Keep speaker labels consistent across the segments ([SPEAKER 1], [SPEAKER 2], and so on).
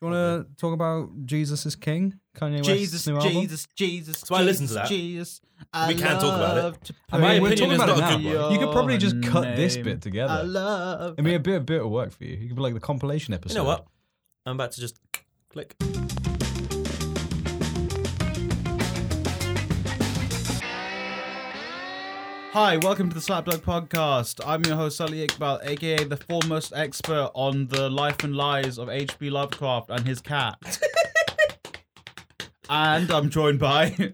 [SPEAKER 1] you want to talk about Jesus is King? Kanye West's
[SPEAKER 2] Jesus,
[SPEAKER 1] new album?
[SPEAKER 2] Jesus, Jesus.
[SPEAKER 3] why I listen to that.
[SPEAKER 2] Jesus.
[SPEAKER 3] We can't talk about it.
[SPEAKER 2] love to
[SPEAKER 1] I mean,
[SPEAKER 3] My
[SPEAKER 1] we're
[SPEAKER 2] praise
[SPEAKER 3] opinion
[SPEAKER 1] talking
[SPEAKER 3] is
[SPEAKER 1] about
[SPEAKER 3] not
[SPEAKER 1] it
[SPEAKER 3] a
[SPEAKER 1] now.
[SPEAKER 3] good one.
[SPEAKER 1] You could probably just
[SPEAKER 2] your
[SPEAKER 1] cut this
[SPEAKER 2] name.
[SPEAKER 1] bit
[SPEAKER 2] I
[SPEAKER 1] together.
[SPEAKER 2] love.
[SPEAKER 1] I mean, a bit, a bit of work for you. You could be like the compilation episode.
[SPEAKER 3] You know what? I'm about to just click.
[SPEAKER 2] Hi, welcome to the Slapdog Podcast. I'm your host Sully Iqbal, aka the foremost expert on the life and lies of H.P. Lovecraft and his cat. and I'm joined by
[SPEAKER 1] His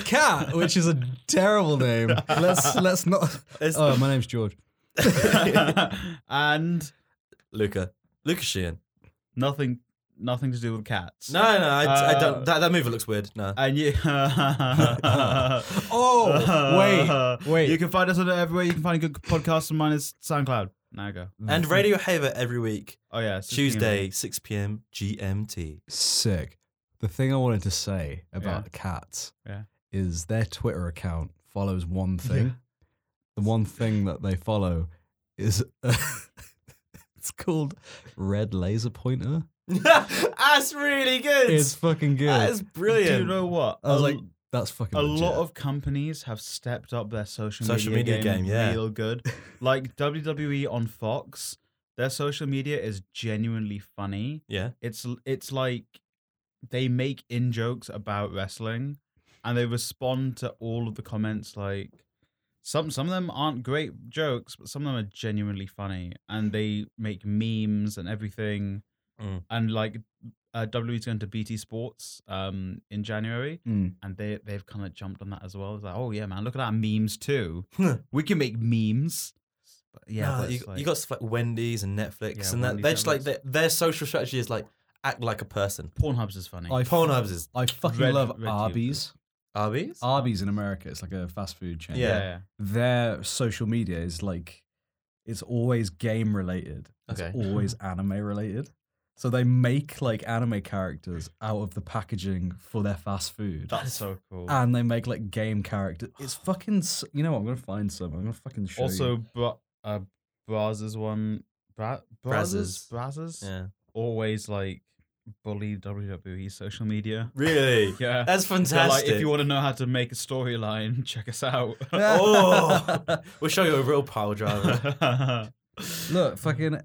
[SPEAKER 1] cat, which is a terrible name. Let's let's not. Oh, my name's George.
[SPEAKER 2] and
[SPEAKER 3] Luca. Luca Sheehan.
[SPEAKER 2] nothing, nothing to do with cats.
[SPEAKER 3] No, no, I, I
[SPEAKER 2] Uh,
[SPEAKER 3] don't. That, that movie looks weird. No.
[SPEAKER 2] And you. uh,
[SPEAKER 1] Oh, wait, wait.
[SPEAKER 2] You can find us on everywhere. You can find a good podcast of mine is SoundCloud. Now go.
[SPEAKER 3] and Radio Haver every week,
[SPEAKER 2] Oh yeah, it's just
[SPEAKER 3] Tuesday, 6 p.m. GMT.
[SPEAKER 1] Sick. The thing I wanted to say about cats
[SPEAKER 2] Yeah.
[SPEAKER 1] is their Twitter account follows one thing. The one thing that they follow is it's called Red Laser Pointer.
[SPEAKER 3] That's really good.
[SPEAKER 1] It's fucking good.
[SPEAKER 3] that is
[SPEAKER 2] being- Do
[SPEAKER 3] brilliant.
[SPEAKER 2] you know what?
[SPEAKER 1] I was
[SPEAKER 2] A-
[SPEAKER 1] like, that's fucking.
[SPEAKER 2] a
[SPEAKER 1] legit.
[SPEAKER 2] lot of companies have stepped up their social
[SPEAKER 3] Social
[SPEAKER 2] media,
[SPEAKER 3] media game, yeah.
[SPEAKER 2] real good. Like WWE on Fox, their social media is genuinely funny.
[SPEAKER 3] yeah.
[SPEAKER 2] it's it's like they make in jokes about wrestling and they respond to all of the comments like some some of them aren't great jokes but some of them are genuinely funny and they make memes and everything
[SPEAKER 3] Mm.
[SPEAKER 2] and like uh, WWE's going to BT Sports um, in January,
[SPEAKER 1] Mm.
[SPEAKER 2] and they they've kind of jumped on that as well. It's like, oh yeah, man, look at our memes too. we can make memes. But yeah,
[SPEAKER 3] No,
[SPEAKER 2] but
[SPEAKER 3] you,
[SPEAKER 2] it's like-
[SPEAKER 3] you got stuff like Wendy's and Netflix,
[SPEAKER 2] Yeah,
[SPEAKER 3] and that,
[SPEAKER 2] Wendy's,
[SPEAKER 3] they're just like,
[SPEAKER 2] Netflix.
[SPEAKER 3] their their social strategy is like, act like a person.
[SPEAKER 2] Pornhub's is funny.
[SPEAKER 1] I
[SPEAKER 3] Pornhubs is
[SPEAKER 1] I fucking
[SPEAKER 2] Red-
[SPEAKER 1] love
[SPEAKER 2] Red Tube.
[SPEAKER 1] Arby's.
[SPEAKER 3] Arby's?
[SPEAKER 1] Arby's in America, it's like a fast food chain.
[SPEAKER 3] yeah.
[SPEAKER 1] Their social media is like, it's always game related. It's
[SPEAKER 3] Okay.
[SPEAKER 1] always anime related. So they make like anime characters out of the packaging for their fast food.
[SPEAKER 2] that's so cool.
[SPEAKER 1] and they make like game characters. It's fucking. s- You know what? I'm gonna find some. I'm gonna fucking show
[SPEAKER 2] also
[SPEAKER 1] you.
[SPEAKER 2] bra- uh, Brazzers one Bra- Brazzers
[SPEAKER 3] Brazzers.
[SPEAKER 2] Brazzers
[SPEAKER 3] yeah.
[SPEAKER 2] always like bully WWE social media.
[SPEAKER 3] Really?
[SPEAKER 2] Yeah.
[SPEAKER 3] That's
[SPEAKER 2] They're
[SPEAKER 3] fantastic.
[SPEAKER 2] like if you want to know how to make a storyline, check us out.
[SPEAKER 3] oh, we'll show you a real pile driver.
[SPEAKER 1] Look, fucking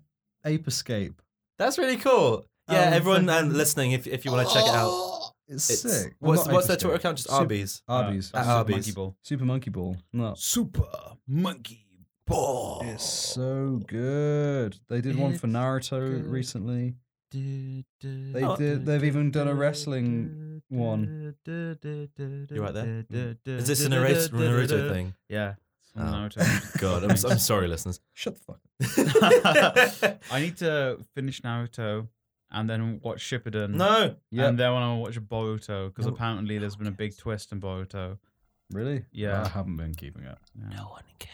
[SPEAKER 1] Ape Escape.
[SPEAKER 3] That's really cool. Yeah,
[SPEAKER 1] Um,
[SPEAKER 3] everyone
[SPEAKER 1] fucking-
[SPEAKER 3] and listening, if, if you want to check it
[SPEAKER 2] Oh,
[SPEAKER 3] out,
[SPEAKER 1] It's,
[SPEAKER 3] it's
[SPEAKER 1] sick. Well,
[SPEAKER 3] what's
[SPEAKER 1] not
[SPEAKER 3] what's
[SPEAKER 1] Ape
[SPEAKER 3] their
[SPEAKER 1] Escape.
[SPEAKER 3] Twitter account? Just
[SPEAKER 1] Super-
[SPEAKER 3] Arby's.
[SPEAKER 1] Arby's.
[SPEAKER 3] Uh,
[SPEAKER 1] Super,
[SPEAKER 3] Arby's.
[SPEAKER 2] Monkey ball.
[SPEAKER 1] Super Monkey Ball. No.
[SPEAKER 2] Super monkey ball.
[SPEAKER 1] It's
[SPEAKER 3] Oh.
[SPEAKER 1] so good. They did one for
[SPEAKER 2] It's
[SPEAKER 1] Naruto
[SPEAKER 2] good.
[SPEAKER 1] recently.
[SPEAKER 2] They
[SPEAKER 1] They did. They've even done a wrestling one.
[SPEAKER 2] You're
[SPEAKER 3] You right there? Mm. Is this a Naruto, Naruto thing?
[SPEAKER 2] Yeah. it's from
[SPEAKER 3] Oh.
[SPEAKER 2] Naruto.
[SPEAKER 3] God, I'm,
[SPEAKER 2] Thanks.
[SPEAKER 3] I'm sorry, listeners.
[SPEAKER 1] Shut the fuck. up.
[SPEAKER 2] I need to finish Naruto and then watch Shippuden.
[SPEAKER 3] no.
[SPEAKER 1] Yeah.
[SPEAKER 2] And then I want to watch Boruto because
[SPEAKER 3] No.
[SPEAKER 2] apparently there's been a big twist in Boruto.
[SPEAKER 1] Really?
[SPEAKER 2] Yeah.
[SPEAKER 1] I haven't been keeping up.
[SPEAKER 3] No one cares.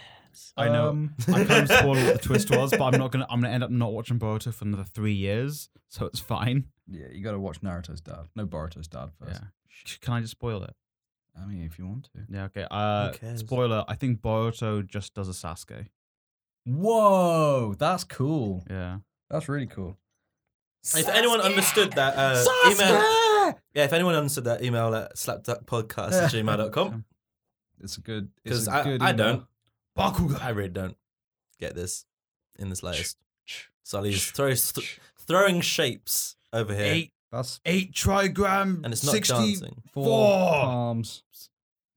[SPEAKER 2] I know.
[SPEAKER 1] Um,
[SPEAKER 2] I can't spoil what the twist was, but I'm not gonna. I'm gonna end up not watching Boruto for another three years, so it's fine.
[SPEAKER 1] yeah, you gotta watch Naruto's dad. No, Boruto's dad first.
[SPEAKER 2] Yeah. Can I just spoil it?
[SPEAKER 1] I mean, if you want to.
[SPEAKER 2] Yeah. Okay. Uh,
[SPEAKER 3] Who cares?
[SPEAKER 2] spoiler. I think Boruto just does a Sasuke.
[SPEAKER 1] Whoa, that's cool.
[SPEAKER 2] Yeah.
[SPEAKER 1] That's really cool.
[SPEAKER 3] If anyone understood that, uh, email. Yeah, if anyone understood that, email at slapduckpodcast at gmail.com.
[SPEAKER 1] It's a good.
[SPEAKER 3] Because
[SPEAKER 1] Because
[SPEAKER 3] I,
[SPEAKER 1] good
[SPEAKER 3] I
[SPEAKER 1] email.
[SPEAKER 3] don't. I really don't get this in this latest. Sully's throws th- throwing shapes over here.
[SPEAKER 1] That's
[SPEAKER 2] eight trigram.
[SPEAKER 3] and it's not dancing.
[SPEAKER 1] four,
[SPEAKER 2] Four.
[SPEAKER 1] palms.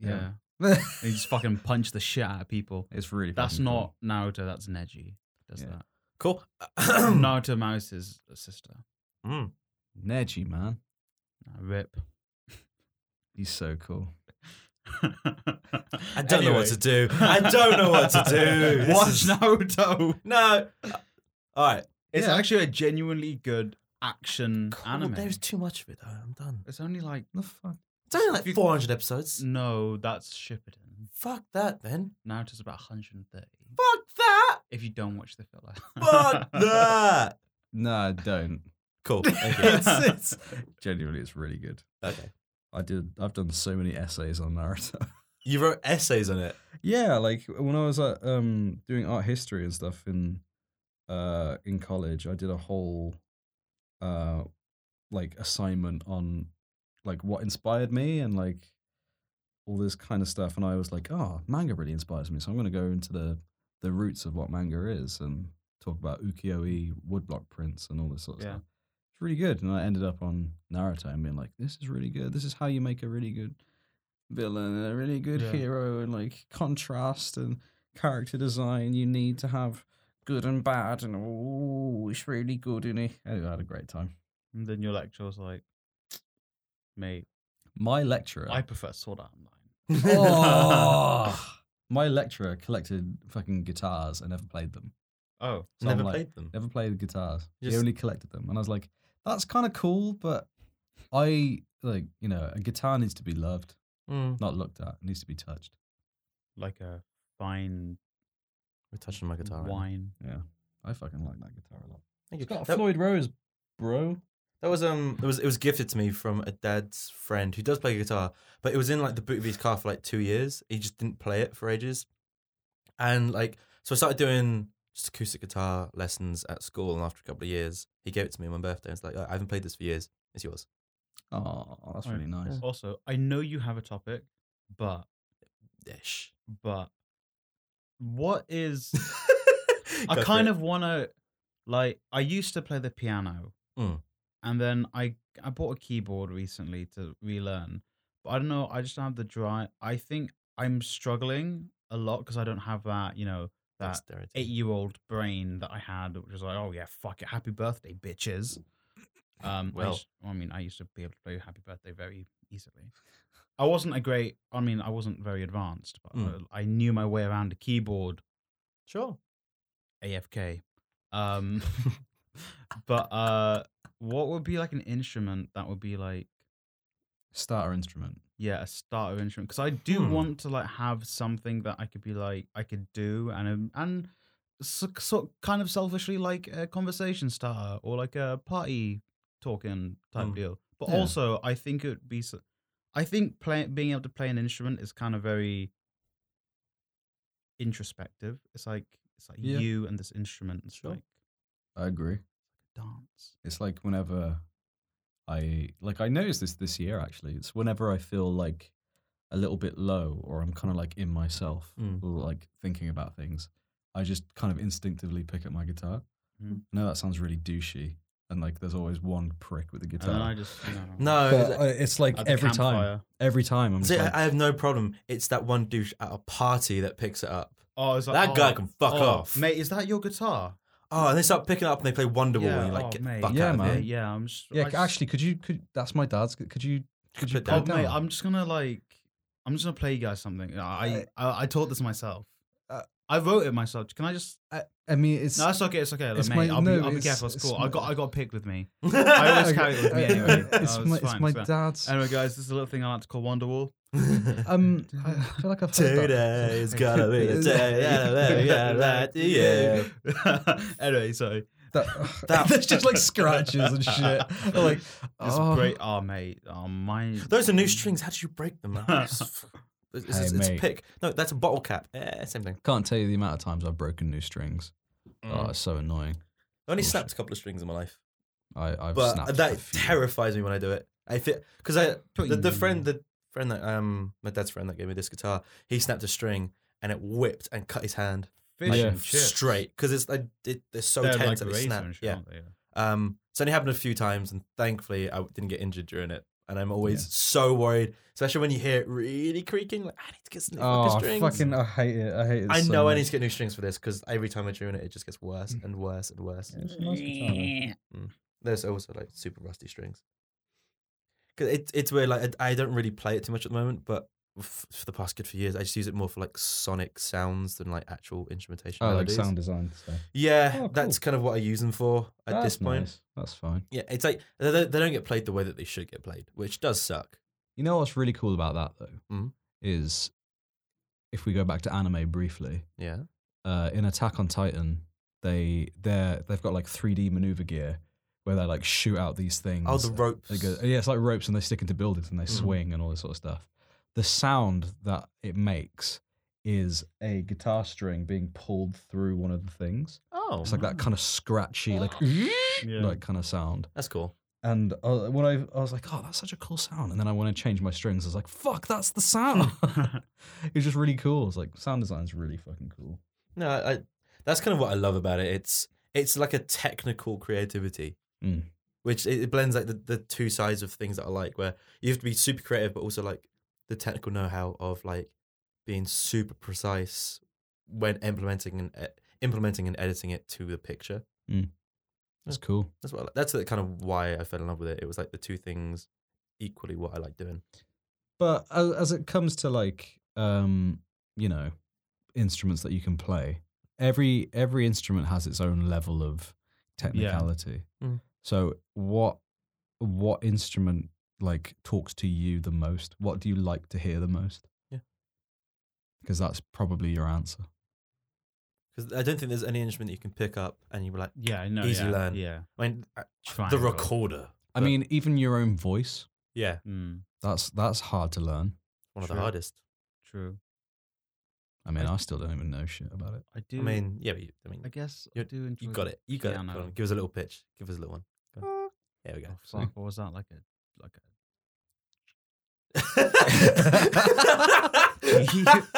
[SPEAKER 2] Yeah. He just fucking punch the shit out of people.
[SPEAKER 1] it's really.
[SPEAKER 2] That's
[SPEAKER 1] fucking cool.
[SPEAKER 2] not Naruto. That's Neji. Does
[SPEAKER 1] Yeah.
[SPEAKER 3] Cool.
[SPEAKER 2] that? Naruto Mouse's sister.
[SPEAKER 3] Mm.
[SPEAKER 1] Neji, man.
[SPEAKER 2] Nah, Rip.
[SPEAKER 1] He's so cool.
[SPEAKER 3] I don't know what to do. I don't know what to do. This
[SPEAKER 2] Watch
[SPEAKER 3] is-
[SPEAKER 2] Naruto.
[SPEAKER 3] No. Uh, All right.
[SPEAKER 2] It's
[SPEAKER 1] Yeah.
[SPEAKER 2] actually a genuinely good action anime.
[SPEAKER 3] There's too much of it, though. I'm done.
[SPEAKER 2] It's only like
[SPEAKER 1] The fuck.
[SPEAKER 3] It's only like
[SPEAKER 2] If you-
[SPEAKER 3] 400 episodes.
[SPEAKER 1] Mm.
[SPEAKER 2] no, that's Shippuden.
[SPEAKER 3] Fuck that, then.
[SPEAKER 2] Naruto's about 130.
[SPEAKER 3] Fuck that.
[SPEAKER 2] If you don't watch the filler,
[SPEAKER 3] Fuck that.
[SPEAKER 1] No, I don't.
[SPEAKER 3] Cool. Thank you.
[SPEAKER 1] it's, it's genuinely, it's really good.
[SPEAKER 3] Okay.
[SPEAKER 1] I did. I've done so many essays on Naruto.
[SPEAKER 3] You wrote essays on it.
[SPEAKER 1] uh, Yeah, like when I was at, um, doing art history and stuff in uh, in college, I did a whole uh, like assignment on like what inspired me and like all this kind of stuff. And I was like, oh, manga really inspires me. So I'm going to go into the the roots of what manga is and talk about ukiyo-e, woodblock prints, and all this sort of
[SPEAKER 2] Yeah.
[SPEAKER 1] stuff. It's really good. And I ended up on Naruto and being like, this is really good. This is how you make a really good villain and a really good
[SPEAKER 2] Yeah.
[SPEAKER 1] hero and like contrast and character design. You need to have good and bad and oh, it's really good in it. Anyway, I had a great time.
[SPEAKER 2] And then your lecturer was like, mate,
[SPEAKER 1] My lecturer.
[SPEAKER 2] I prefer Sword Art Online.
[SPEAKER 1] Oh! my lecturer collected fucking guitars and never played them.
[SPEAKER 2] Oh,
[SPEAKER 1] So
[SPEAKER 3] Never
[SPEAKER 1] I'm like-
[SPEAKER 3] played them.
[SPEAKER 1] Never played guitars. He
[SPEAKER 3] Just-
[SPEAKER 1] only collected them, and I was like, "That's kind of cool, but I like you know a guitar needs to be loved,
[SPEAKER 3] Mm.
[SPEAKER 1] not looked at. It needs to be touched."
[SPEAKER 2] like a fine
[SPEAKER 3] We're touching my guitar. right now.
[SPEAKER 2] wine.
[SPEAKER 1] I fucking like that guitar a lot.
[SPEAKER 3] Thank you.
[SPEAKER 1] It's got a
[SPEAKER 3] That,
[SPEAKER 1] Floyd Rose, bro.
[SPEAKER 3] that was um, it was it was gifted to me from a dad's friend who does play guitar, but it was in like the boot of his car for like two years. He just didn't play it for ages, and like so I started doing just acoustic guitar lessons at school. And after a couple of years, he gave it to me on my birthday. It's like I haven't played this for years. It's yours.
[SPEAKER 1] Oh, that's
[SPEAKER 2] Right.
[SPEAKER 1] really nice.
[SPEAKER 2] Also, I know you have a topic, but
[SPEAKER 3] Ish.
[SPEAKER 2] but what is
[SPEAKER 3] Go
[SPEAKER 2] I
[SPEAKER 3] for
[SPEAKER 2] kind
[SPEAKER 3] it.
[SPEAKER 2] of want to like I used to play the piano,
[SPEAKER 3] Mm.
[SPEAKER 2] and then I I bought a keyboard recently to relearn. But I don't know. I just don't have the drive. I think I'm struggling a lot because I don't have that you know that
[SPEAKER 3] Dexterity.
[SPEAKER 2] eight year old brain that I had, which was like, oh yeah, fuck it, happy birthday, bitches. Um, I,
[SPEAKER 3] Well.
[SPEAKER 2] used- I mean, I used to be able to play happy birthday very easily. I wasn't a great. I mean, I wasn't very advanced, but
[SPEAKER 3] Mm.
[SPEAKER 2] I, I knew my way around a keyboard.
[SPEAKER 3] Sure.
[SPEAKER 2] AFK. Um, but uh, what would be like an instrument that would be like
[SPEAKER 1] Starter instrument.
[SPEAKER 2] yeah a starter instrument? Because I do
[SPEAKER 3] Hmm.
[SPEAKER 2] want to like have something that I could be like I could do and um, and so, so kind of selfishly like a conversation starter or like a party talking type
[SPEAKER 3] Hmm.
[SPEAKER 2] deal. But
[SPEAKER 1] Yeah.
[SPEAKER 2] also I think it would be s- I think play, being able to play an instrument is kind of very introspective. It's like it's like
[SPEAKER 1] Yeah.
[SPEAKER 2] you and this instrument. It's
[SPEAKER 3] Sure.
[SPEAKER 2] like
[SPEAKER 1] I agree.
[SPEAKER 2] dance.
[SPEAKER 1] It's like whenever I like I noticed this this year actually. It's whenever I feel like a little bit low or I'm kind of like in myself,
[SPEAKER 3] Mm.
[SPEAKER 1] or like thinking about things. I just kind of instinctively pick up my guitar.
[SPEAKER 2] Mm.
[SPEAKER 1] I know that sounds really douchey, and like there's always one prick with the
[SPEAKER 2] And then
[SPEAKER 1] guitar.
[SPEAKER 2] I just you know,
[SPEAKER 3] No.
[SPEAKER 1] But
[SPEAKER 3] it's-
[SPEAKER 1] I- it's like
[SPEAKER 2] at the
[SPEAKER 1] every time,
[SPEAKER 2] campfire.
[SPEAKER 1] every time I'm just
[SPEAKER 3] See,
[SPEAKER 1] like,
[SPEAKER 3] I I have no problem. It's that one douche at a party that picks it up.
[SPEAKER 2] Oh, it's like,
[SPEAKER 3] That
[SPEAKER 2] oh,
[SPEAKER 3] guy can fuck
[SPEAKER 2] oh,
[SPEAKER 3] off.
[SPEAKER 2] mate. Is that your guitar?
[SPEAKER 3] Oh, and they start picking up and they play Wonderwall
[SPEAKER 2] Yeah,
[SPEAKER 3] and you like
[SPEAKER 2] oh,
[SPEAKER 3] get
[SPEAKER 2] mate.
[SPEAKER 3] the fuck
[SPEAKER 1] Yeah,
[SPEAKER 3] out
[SPEAKER 1] man.
[SPEAKER 3] of
[SPEAKER 2] Mate,
[SPEAKER 3] here.
[SPEAKER 2] yeah, I'm just.
[SPEAKER 1] yeah.
[SPEAKER 2] I just-
[SPEAKER 1] Actually, could you? Could that's my dad's? Could you? Could you?
[SPEAKER 3] Put
[SPEAKER 1] put
[SPEAKER 2] Oh,
[SPEAKER 1] it
[SPEAKER 2] mate,
[SPEAKER 1] down?
[SPEAKER 2] I'm just gonna like. I'm just gonna play you guys something. I I, I taught this myself.
[SPEAKER 1] Uh,
[SPEAKER 2] I wrote it myself. Can I just?
[SPEAKER 1] I mean, it's
[SPEAKER 2] No, it's okay. It's okay. Like,
[SPEAKER 1] it's my-
[SPEAKER 2] mate, I'll,
[SPEAKER 1] no,
[SPEAKER 2] be, I'll be
[SPEAKER 1] it's-
[SPEAKER 2] careful. It's
[SPEAKER 1] it's
[SPEAKER 2] cool. I
[SPEAKER 1] my-
[SPEAKER 2] got I got a pick with me. I always carry it with me anyway.
[SPEAKER 1] Uh, It's
[SPEAKER 2] Oh, it's
[SPEAKER 1] my,
[SPEAKER 2] fine,
[SPEAKER 1] it's my
[SPEAKER 2] it's fine.
[SPEAKER 1] dad's.
[SPEAKER 2] Anyway, guys, this is a little thing I like to call Wonderwall.
[SPEAKER 1] Um, I I feel like I've heard that.
[SPEAKER 3] Today's gonna be the day. Yeah, yeah, yeah, yeah, yeah.
[SPEAKER 2] anyway, so
[SPEAKER 1] That,
[SPEAKER 3] That-
[SPEAKER 1] there's just like scratches and shit. I'm like,
[SPEAKER 2] uh, it's
[SPEAKER 1] oh.
[SPEAKER 2] great. Oh, mate. Oh, my.
[SPEAKER 3] Those are new strings. How did you break them? man? It's, it's, it's,
[SPEAKER 1] Hey,
[SPEAKER 3] it's a
[SPEAKER 1] mate.
[SPEAKER 3] pick. No, that's a bottle cap. Eh, same thing.
[SPEAKER 1] Can't tell you the amount of times I've broken new strings.
[SPEAKER 2] Mm.
[SPEAKER 1] Oh, it's so annoying.
[SPEAKER 3] I only snapped a couple of strings in my life,
[SPEAKER 1] I, I've snapped.
[SPEAKER 3] but
[SPEAKER 1] a
[SPEAKER 3] that
[SPEAKER 1] few.
[SPEAKER 3] terrifies me when I do it. I feel because I
[SPEAKER 2] Don't
[SPEAKER 3] the, the
[SPEAKER 2] you-
[SPEAKER 3] friend the friend that um my dad's friend that gave me this guitar, he snapped a string and it whipped and cut his hand
[SPEAKER 2] fish
[SPEAKER 1] Yeah.
[SPEAKER 2] and chips.
[SPEAKER 3] straight because it's like it, they're so
[SPEAKER 2] They're
[SPEAKER 3] tense
[SPEAKER 2] like
[SPEAKER 3] that they
[SPEAKER 2] razor
[SPEAKER 3] snap.
[SPEAKER 2] and shit,
[SPEAKER 3] Yeah.
[SPEAKER 2] aren't they?
[SPEAKER 3] Um, it's only happened a few times, and thankfully I didn't get injured during it. And I'm always so worried, especially when you hear it really creaking. Like I need to get some new
[SPEAKER 1] Oh,
[SPEAKER 3] fucking
[SPEAKER 1] I
[SPEAKER 3] strings.
[SPEAKER 1] fucking, I hate it. I hate it.
[SPEAKER 3] I
[SPEAKER 1] so
[SPEAKER 3] know I
[SPEAKER 1] much.
[SPEAKER 3] need to get new strings for this because every time I tune it, it just gets worse and worse and worse.
[SPEAKER 1] Yeah, it's a nice guitar, though.
[SPEAKER 3] There's also like super rusty strings. Cause it, it's weird. Like I I don't really play it too much at the moment, but f- for the past good few years, I just use it more for like sonic sounds than like actual instrumentation.
[SPEAKER 1] I Oh, like
[SPEAKER 3] melodies.
[SPEAKER 1] sound design. So.
[SPEAKER 3] Yeah,
[SPEAKER 1] Oh,
[SPEAKER 3] that's
[SPEAKER 1] cool.
[SPEAKER 3] kind of what I use them for at
[SPEAKER 1] That's
[SPEAKER 3] this point.
[SPEAKER 1] nice. That's fine.
[SPEAKER 3] Yeah, it's like they, they they don't get played the way that they should get played, which does suck.
[SPEAKER 1] You know what's really cool about that though
[SPEAKER 2] Mm.
[SPEAKER 3] Mhm.
[SPEAKER 1] is if we go back to anime briefly,
[SPEAKER 3] Yeah.
[SPEAKER 1] uh, in Attack on Titan, they they they've got like 3D maneuver gear where they like shoot out these things.
[SPEAKER 3] Oh, the ropes.
[SPEAKER 1] Mm,
[SPEAKER 3] Mm-hmm.
[SPEAKER 1] They go, yeah, it's like ropes and they stick into buildings and they
[SPEAKER 3] Mhm.
[SPEAKER 1] swing and all this sort of stuff. The sound that it makes is a guitar string being pulled through one of the things.
[SPEAKER 3] Oh,
[SPEAKER 1] It's like that kind of scratchy, like
[SPEAKER 2] Yeah.
[SPEAKER 1] like kind of sound.
[SPEAKER 3] that's cool.
[SPEAKER 1] And uh, when I I was like, oh, that's such a cool sound. And then I want to change my strings. I was like, fuck, that's the sound. it's just really cool. It's like sound design's really fucking cool.
[SPEAKER 3] No, I, I- that's kind of what I love about it. It's it's like a technical creativity,
[SPEAKER 1] Mm.
[SPEAKER 3] which it, it blends like the, the two sides of things that I like, where you have to be super creative, but also like the technical know how of like being super precise when implementing and e- implementing and editing it to the picture.
[SPEAKER 1] That's cool.
[SPEAKER 3] That's what I like. that's the kind of why I fell in love with it. It was like the two things equally what I like doing.
[SPEAKER 1] But as, as it comes to like, um, you know, instruments that you can play, every every instrument has its own level of technicality.
[SPEAKER 3] Mm.
[SPEAKER 1] So what what instrument like talks to you the most? What do you like to hear the most?
[SPEAKER 3] Yeah.
[SPEAKER 1] because that's probably your answer.
[SPEAKER 3] Because I don't think there's any instrument that you can pick up and you were like,
[SPEAKER 2] yeah, I know.
[SPEAKER 3] Easy
[SPEAKER 2] yeah,
[SPEAKER 3] learn.
[SPEAKER 2] Yeah.
[SPEAKER 3] I mean, uh, the
[SPEAKER 2] Triangle.
[SPEAKER 3] recorder.
[SPEAKER 1] I
[SPEAKER 3] But-
[SPEAKER 1] mean, even your own voice
[SPEAKER 3] yeah,
[SPEAKER 2] Mm,
[SPEAKER 1] that's that's hard to learn.
[SPEAKER 3] one of the
[SPEAKER 2] True.
[SPEAKER 3] hardest.
[SPEAKER 2] true.
[SPEAKER 1] I mean, I still don't even know shit about it.
[SPEAKER 2] I do.
[SPEAKER 3] I mean, yeah, but you, I mean,
[SPEAKER 2] I guess I
[SPEAKER 3] you-
[SPEAKER 2] do enjoy.
[SPEAKER 3] You got it. You got it. Go
[SPEAKER 2] piano.
[SPEAKER 3] on, Give us a little pitch. Give us a little one. Go on. There we go.
[SPEAKER 2] Oh, fuck, what was that like? A like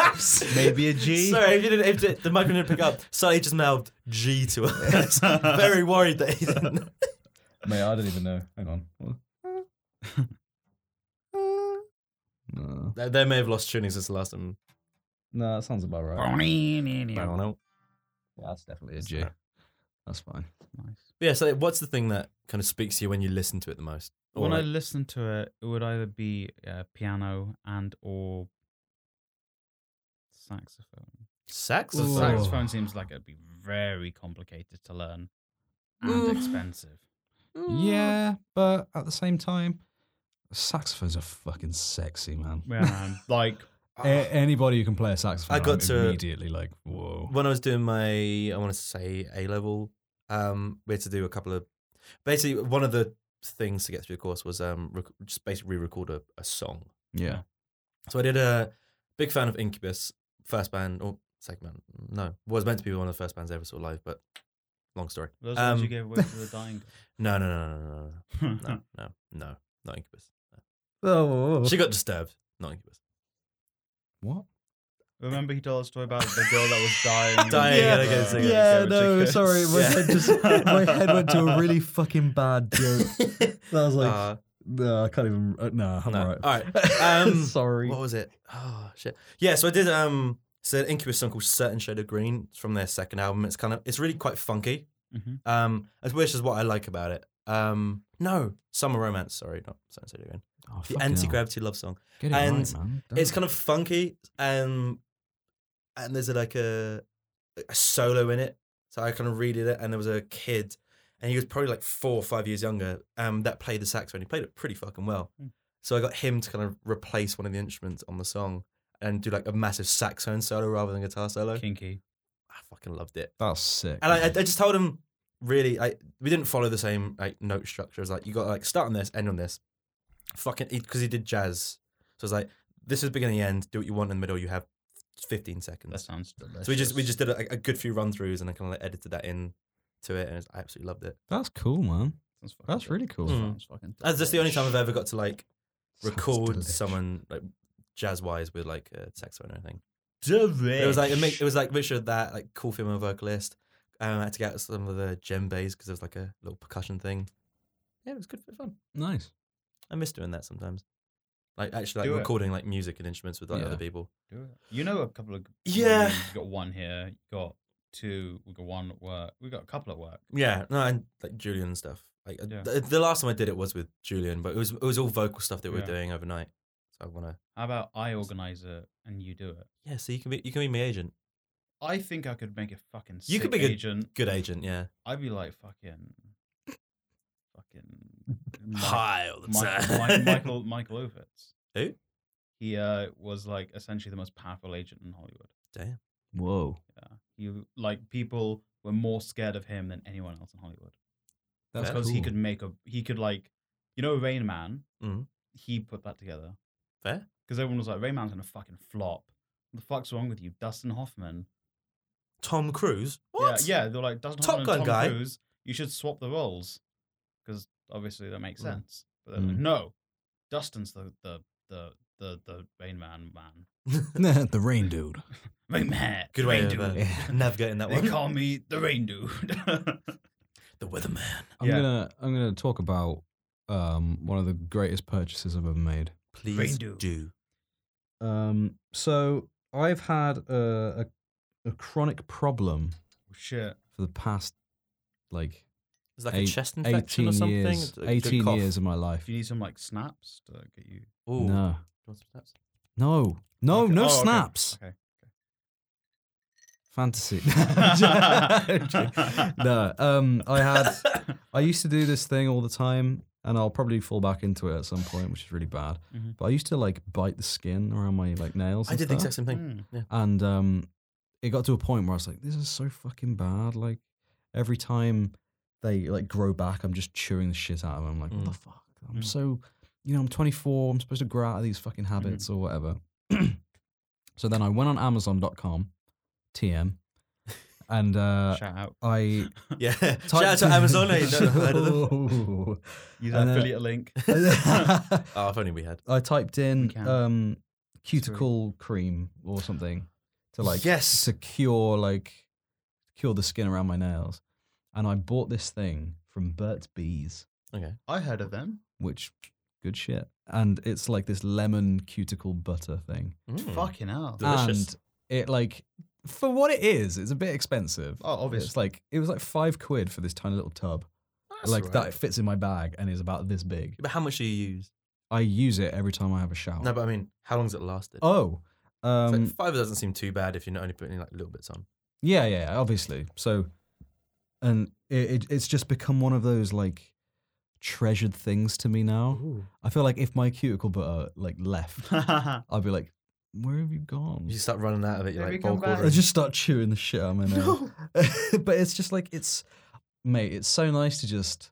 [SPEAKER 2] a. Maybe a G?
[SPEAKER 3] Sorry, if you didn't, if the- the microphone didn't pick up, Sully just mouthed G to us. Very worried that he didn't.
[SPEAKER 1] Mate, I don't even know. Hang on. no,
[SPEAKER 3] They, they may have lost tuning since the last time.
[SPEAKER 1] no, that sounds about right.
[SPEAKER 3] I
[SPEAKER 2] nice.
[SPEAKER 3] don't know.
[SPEAKER 1] that's definitely a G. That's fine.
[SPEAKER 3] But yeah, so what's the thing that kind of speaks to you when you listen to it the most? Or
[SPEAKER 2] When I
[SPEAKER 3] like-
[SPEAKER 2] listen to it, it would either be uh, piano and or saxophone.
[SPEAKER 3] sax?
[SPEAKER 2] So
[SPEAKER 1] Ooh.
[SPEAKER 2] saxophone seems like it'd be very complicated to learn and
[SPEAKER 3] Mm.
[SPEAKER 2] expensive.
[SPEAKER 1] Yeah, but at the same time, saxophones are fucking sexy, man.
[SPEAKER 2] Yeah, man, like
[SPEAKER 1] A- anybody who can play a saxophone,
[SPEAKER 3] I got
[SPEAKER 1] I'm
[SPEAKER 3] to-
[SPEAKER 1] immediately like, whoa.
[SPEAKER 3] when I was doing my, I want to say A level, um, we had to do a couple of, basically one of the things to get through the course was um, rec- just basically re-record a, a song.
[SPEAKER 1] Yeah,
[SPEAKER 3] So I did a big fan of Incubus, first band or second band. No, was meant to be one of the first bands I ever saw live, but long story.
[SPEAKER 2] those ones
[SPEAKER 3] Um,
[SPEAKER 2] you gave away to the dying.
[SPEAKER 3] No, no, no, no, no,
[SPEAKER 2] girl.
[SPEAKER 3] no, no, no, no, not Incubus.
[SPEAKER 1] Oh,
[SPEAKER 3] She got disturbed. Not Incubus.
[SPEAKER 1] what?
[SPEAKER 2] Remember he told a story about the girl that was dying.
[SPEAKER 3] Dying
[SPEAKER 1] Yeah,
[SPEAKER 3] and I guess-
[SPEAKER 2] Uh,
[SPEAKER 1] yeah,
[SPEAKER 2] gave it to
[SPEAKER 1] no,
[SPEAKER 2] kids.
[SPEAKER 1] sorry, my
[SPEAKER 3] Yeah.
[SPEAKER 1] head just my head went to a really fucking bad joke. That was like,
[SPEAKER 3] Uh,
[SPEAKER 1] no, I can't even. Uh, no, I'm
[SPEAKER 3] no.
[SPEAKER 1] alright.
[SPEAKER 3] All right. Um,
[SPEAKER 1] sorry.
[SPEAKER 3] What was it? Oh shit. Yeah, so I did um so an Incubus song called Certain Shade of Green. It's from their second album. It's kind of it's really quite funky.
[SPEAKER 2] Mhm.
[SPEAKER 1] Mm-hmm.
[SPEAKER 3] Um as which is what I like about it. Um no, Summer Romance, sorry, not Certain Shade of Green.
[SPEAKER 1] Oh,
[SPEAKER 3] The
[SPEAKER 1] fucking
[SPEAKER 3] anti
[SPEAKER 1] hell.
[SPEAKER 3] gravity love song.
[SPEAKER 1] Get it
[SPEAKER 3] and
[SPEAKER 1] right, man.
[SPEAKER 3] It's kind of funky, um and there's a, like a a solo in it. So I kind of redid it and there was a kid and he was probably like four or five years younger, um, that played the saxophone. He played it pretty fucking well.
[SPEAKER 2] Hmm.
[SPEAKER 3] So I got him to kind of replace one of the instruments on the song and do like a massive saxophone solo rather than guitar solo.
[SPEAKER 2] Kinky.
[SPEAKER 3] I fucking loved it.
[SPEAKER 1] That's sick.
[SPEAKER 3] And I, I, I just told him really, I we didn't follow the same like note structure. I was like, you got to like start on this, end on this. Fucking, because he did jazz. So I was like, this is beginning, end. Do what you want in the middle. You have 15 seconds.
[SPEAKER 2] That sounds delicious.
[SPEAKER 3] So we just we just did a, a good few run throughs, and I kind of like edited that in to it, and it's- I absolutely loved it.
[SPEAKER 1] That's cool, man.
[SPEAKER 2] That's, fucking
[SPEAKER 1] That's
[SPEAKER 2] del-
[SPEAKER 1] really cool.
[SPEAKER 3] Mm.
[SPEAKER 2] Sounds fucking
[SPEAKER 3] That's just the only time I've
[SPEAKER 2] delish.
[SPEAKER 3] ever got to like record
[SPEAKER 1] Sounds delish.
[SPEAKER 3] someone like jazz wise with like a saxophone or anything.
[SPEAKER 2] Delish.
[SPEAKER 3] It was like a mi- it was like Richard that like cool female vocalist. Um, I had to get some of the djembes because there was like a little percussion thing. Yeah, it was good for fun.
[SPEAKER 1] Nice.
[SPEAKER 3] I miss doing that sometimes. Like actually like
[SPEAKER 2] Do it.
[SPEAKER 3] recording like music and instruments with like
[SPEAKER 1] Yeah.
[SPEAKER 3] other people.
[SPEAKER 2] Do it. You know a couple of
[SPEAKER 3] Yeah.
[SPEAKER 2] You got one here. You got two. We got one at work. We got a couple at work.
[SPEAKER 3] Yeah, no, and like Julian and stuff. Like uh,
[SPEAKER 2] Yeah.
[SPEAKER 3] th- the last time I did it was with Julian, but it was it was all vocal stuff that we were
[SPEAKER 2] Yeah.
[SPEAKER 3] doing overnight. So I wanna
[SPEAKER 2] How about I organize it and you do it?
[SPEAKER 3] yeah. So you can be you can be my agent,
[SPEAKER 2] I think I could make a fucking.
[SPEAKER 3] You could
[SPEAKER 2] sick
[SPEAKER 3] be good-
[SPEAKER 2] agent.
[SPEAKER 3] good agent. Yeah,
[SPEAKER 2] I'd be like fucking, fucking. Mike-
[SPEAKER 3] high all the
[SPEAKER 2] Michael,
[SPEAKER 3] time.
[SPEAKER 2] Michael, Michael, Michael Ovitz.
[SPEAKER 3] Who?
[SPEAKER 2] He uh, was like essentially the most powerful agent in Hollywood.
[SPEAKER 3] Damn.
[SPEAKER 1] Whoa.
[SPEAKER 2] Yeah. He like people were more scared of him than anyone else in Hollywood.
[SPEAKER 1] That's
[SPEAKER 2] because
[SPEAKER 1] cool.
[SPEAKER 2] he could make a he could like you know Rain Man.
[SPEAKER 3] Mhm.
[SPEAKER 2] He put that together
[SPEAKER 3] Fair.
[SPEAKER 2] because everyone was like Rain Man's gonna fucking flop, the fuck's wrong with you, Dustin Hoffman?
[SPEAKER 3] Tom Cruise. What?
[SPEAKER 2] Yeah, yeah, they're like Dustin
[SPEAKER 3] Top
[SPEAKER 2] Hoffman
[SPEAKER 3] Gun
[SPEAKER 2] and Tom
[SPEAKER 3] guy.
[SPEAKER 2] Cruise. You should swap the roles because obviously that makes
[SPEAKER 3] Mm.
[SPEAKER 2] sense. But they're like, no, Dustin's the the the the the Rain Man man.
[SPEAKER 4] the rain dude.
[SPEAKER 2] Rain Man.
[SPEAKER 3] Good way
[SPEAKER 2] rain
[SPEAKER 3] of
[SPEAKER 2] dude.
[SPEAKER 3] uh, navigating that
[SPEAKER 2] They
[SPEAKER 3] one.
[SPEAKER 2] call me the Rain Dude. Oh,
[SPEAKER 3] The Weatherman.
[SPEAKER 4] I'm
[SPEAKER 2] Yeah.
[SPEAKER 4] gonna I'm gonna talk about um one of the greatest purchases I've ever made.
[SPEAKER 3] Please
[SPEAKER 2] do.
[SPEAKER 3] do.
[SPEAKER 1] Um, so I've had a, a, a chronic problem
[SPEAKER 2] Shit.
[SPEAKER 1] for the past like
[SPEAKER 3] It's like
[SPEAKER 1] Eight-
[SPEAKER 3] a chest infection or
[SPEAKER 1] 18
[SPEAKER 3] something.
[SPEAKER 1] years,
[SPEAKER 3] It's a- it's a
[SPEAKER 1] 18
[SPEAKER 3] cough.
[SPEAKER 1] years of my
[SPEAKER 2] If
[SPEAKER 1] life.
[SPEAKER 2] you need some like snaps to get you.
[SPEAKER 3] Ooh. Do you
[SPEAKER 1] No,
[SPEAKER 3] want some snaps?
[SPEAKER 1] no, no,
[SPEAKER 2] Okay.
[SPEAKER 1] no
[SPEAKER 2] Oh, okay.
[SPEAKER 1] snaps.
[SPEAKER 2] Okay.
[SPEAKER 1] Fantasy. no, um, I had, I used to do this thing all the time, and I'll probably fall back into it at some point, which is really bad.
[SPEAKER 2] Mhm.
[SPEAKER 1] But I used to like bite the skin around my like nails.
[SPEAKER 3] Mm-hmm. I
[SPEAKER 1] and stuff.
[SPEAKER 3] did the
[SPEAKER 1] Hmm.
[SPEAKER 3] exact same thing.
[SPEAKER 2] Mm.
[SPEAKER 1] And um, it got to a point where I was like, this is so fucking bad. Like every time they like grow back, I'm just chewing the shit out of them. I'm like, what the
[SPEAKER 3] Mm. Mm-hmm.
[SPEAKER 1] fuck? I'm
[SPEAKER 2] Mm.
[SPEAKER 1] so, you know, I'm 24. I'm supposed to grow out of these fucking habits or whatever. so then I went on Amazon.com, TM, and uh,
[SPEAKER 2] Shout out.
[SPEAKER 1] I
[SPEAKER 3] Yeah. Shout
[SPEAKER 1] typed
[SPEAKER 3] out to
[SPEAKER 1] in-
[SPEAKER 3] Amazon. eh? You don't know, heard of them.
[SPEAKER 1] Ooh. And
[SPEAKER 2] Use that
[SPEAKER 1] then-
[SPEAKER 2] affiliate link.
[SPEAKER 3] Oh, if only we had.
[SPEAKER 1] I typed in
[SPEAKER 2] can.
[SPEAKER 1] um, cuticle cream or something to like
[SPEAKER 3] Yes.
[SPEAKER 1] to cure like cure the skin around my nails, and I bought this thing from Burt's Bees,
[SPEAKER 3] Okay.
[SPEAKER 2] I heard of them.
[SPEAKER 1] which good shit, and it's like this lemon cuticle butter thing,
[SPEAKER 3] Mm.
[SPEAKER 2] Fucking hell.
[SPEAKER 3] The- Delicious.
[SPEAKER 1] and it like for what it is, it's a bit expensive.
[SPEAKER 2] oh, obviously.
[SPEAKER 1] It's like it was like five quid for this tiny little tub,
[SPEAKER 3] That's
[SPEAKER 1] like
[SPEAKER 3] all right.
[SPEAKER 1] that fits in my bag and is about this big.
[SPEAKER 3] But how much do you use?
[SPEAKER 1] I use it every time I have a shower.
[SPEAKER 3] No, but I mean, how long's it lasted?
[SPEAKER 1] oh,
[SPEAKER 3] It's
[SPEAKER 1] um,
[SPEAKER 3] like five doesn't seem too bad if you're not only putting like little bits on.
[SPEAKER 1] Yeah, yeah, obviously. So, and it, it, it's just become one of those like treasured things to me
[SPEAKER 2] Mm-hmm.
[SPEAKER 1] now. I feel like if my cuticle butter like left, I'd be like, "Where have you gone?"
[SPEAKER 3] You start running out of it. You're
[SPEAKER 2] Maybe
[SPEAKER 3] like
[SPEAKER 2] come
[SPEAKER 3] bulk
[SPEAKER 2] back.
[SPEAKER 1] I
[SPEAKER 3] ordering.
[SPEAKER 1] just start chewing the shit out of my nail. but it's just like it's, mate. It's so nice to just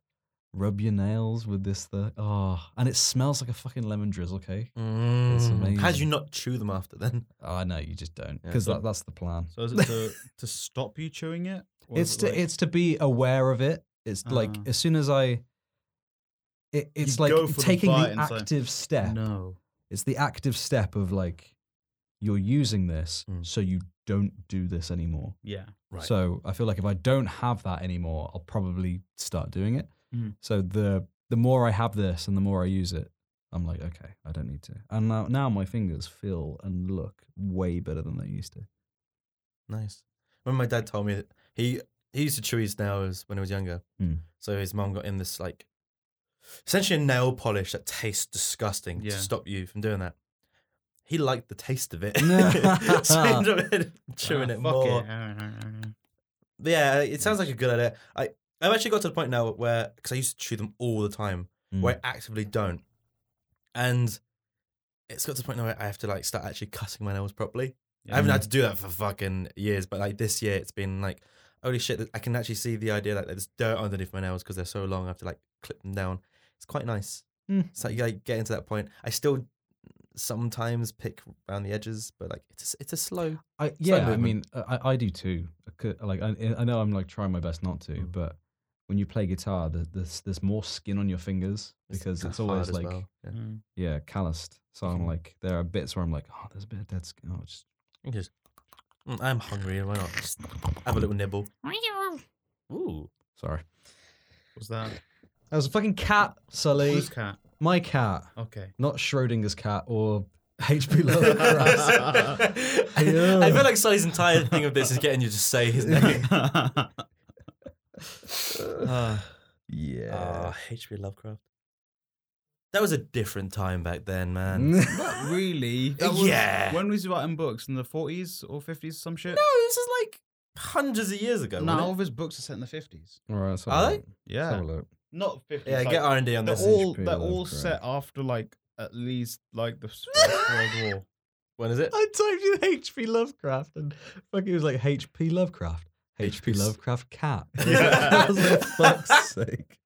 [SPEAKER 1] rub your nails with this thing. Oh, and it smells like a fucking lemon drizzle cake. It's
[SPEAKER 3] Mm. How do you
[SPEAKER 1] amazing.
[SPEAKER 3] not chew them after then?
[SPEAKER 1] Oh no, you just don't
[SPEAKER 3] Yeah,
[SPEAKER 1] because
[SPEAKER 3] so-
[SPEAKER 1] that, that's the plan.
[SPEAKER 2] so is it to, to stop you chewing it? Or
[SPEAKER 1] it's
[SPEAKER 2] is it
[SPEAKER 1] to
[SPEAKER 2] like-
[SPEAKER 1] it's to be aware of it. It's like
[SPEAKER 2] Ah.
[SPEAKER 1] as soon as I, it, it's like
[SPEAKER 2] go for the
[SPEAKER 1] taking the,
[SPEAKER 2] bite and say,
[SPEAKER 1] active step.
[SPEAKER 2] No.
[SPEAKER 1] It's the active step of like you're using this,
[SPEAKER 2] Hmm.
[SPEAKER 3] Mm.
[SPEAKER 1] so you don't do this anymore.
[SPEAKER 2] Yeah.
[SPEAKER 3] Right.
[SPEAKER 1] So I feel like if I don't have that anymore, I'll probably start doing it.
[SPEAKER 2] Mhm.
[SPEAKER 1] So the the more I have this and the more I use it, I'm like, okay, I don't need to. And now now my fingers feel and look way better than they used to.
[SPEAKER 3] Nice. When my dad told me that he he used to chew his nails when he was younger.
[SPEAKER 1] Mm.
[SPEAKER 3] So his mom got him this like essentially a nail polish that tastes disgusting
[SPEAKER 2] Yeah.
[SPEAKER 3] to stop you from doing that. He liked the taste of it.
[SPEAKER 1] No.
[SPEAKER 3] so he ended up chewing
[SPEAKER 2] Ah,
[SPEAKER 3] it
[SPEAKER 2] fuck
[SPEAKER 3] more.
[SPEAKER 2] it.
[SPEAKER 3] But yeah, it sounds like a good idea. I I've actually got to the point now where because I used to chew them all the time,
[SPEAKER 1] Mm.
[SPEAKER 3] where I actively don't, and it's got to the point now where I have to like start actually cutting my nails properly. I haven't had to do that for fucking years, but like this year, it's been like holy shit. that I can actually see the idea that there's dirt underneath my nails because they're so long. I have to like clip them down. It's quite nice.
[SPEAKER 1] Mm.
[SPEAKER 3] It's like, like getting to that point. I still sometimes pick around the edges, but like it's a, it's a slow.
[SPEAKER 1] I, yeah, I
[SPEAKER 3] movement.
[SPEAKER 1] mean, uh, I, I do too. I could- Like, I, I know I'm like trying my best not to,
[SPEAKER 3] Mm.
[SPEAKER 1] but when you play guitar, the- there's there's more skin on your fingers because it's,
[SPEAKER 3] kinda hard
[SPEAKER 1] always
[SPEAKER 3] as
[SPEAKER 1] like
[SPEAKER 3] well. Yeah.
[SPEAKER 2] Mm.
[SPEAKER 1] yeah, calloused. So I'm
[SPEAKER 3] Mhm.
[SPEAKER 1] like, there are bits where I'm like, oh, there's a bit of dead skin. Oh, just
[SPEAKER 3] You Just, "Mm, I'm hungry. Why not just have a little nibble? Ooh,
[SPEAKER 1] sorry.
[SPEAKER 2] What's that?
[SPEAKER 1] That was a fucking cat, Sully.
[SPEAKER 2] Who's cat?
[SPEAKER 1] My cat,
[SPEAKER 2] Okay.
[SPEAKER 1] not Schrodinger's cat or H.P. Lovecraft. Yeah.
[SPEAKER 3] I feel like Sully's entire thing of this is getting you to say his name.
[SPEAKER 1] yeah.
[SPEAKER 2] Uh,
[SPEAKER 3] Ah, H.P. Lovecraft. That was a different time back then, man.
[SPEAKER 1] no,
[SPEAKER 2] Not really. That was-
[SPEAKER 3] Yeah.
[SPEAKER 2] When was he writing books? In the 40s or 50s, some shit?
[SPEAKER 3] this is like hundreds of years ago.
[SPEAKER 2] No, all of his books are set in the 50s.
[SPEAKER 1] all right, let's have a
[SPEAKER 3] Are
[SPEAKER 1] look.
[SPEAKER 3] they?
[SPEAKER 1] Let's have
[SPEAKER 2] Yeah.
[SPEAKER 1] a look.
[SPEAKER 2] Not 50s.
[SPEAKER 3] Yeah,
[SPEAKER 2] like,
[SPEAKER 3] get R and D on
[SPEAKER 2] they're
[SPEAKER 3] this.
[SPEAKER 2] all,
[SPEAKER 1] HP
[SPEAKER 2] they're all
[SPEAKER 1] Lovecraft.
[SPEAKER 2] set after, like, at least, like, the First World War.
[SPEAKER 3] when is it?
[SPEAKER 1] I typed in HP Lovecraft and fucking it was like HP Lovecraft. HP
[SPEAKER 3] HP
[SPEAKER 1] Lovecraft cat.
[SPEAKER 3] Yeah.
[SPEAKER 1] I was like, fuck's sake.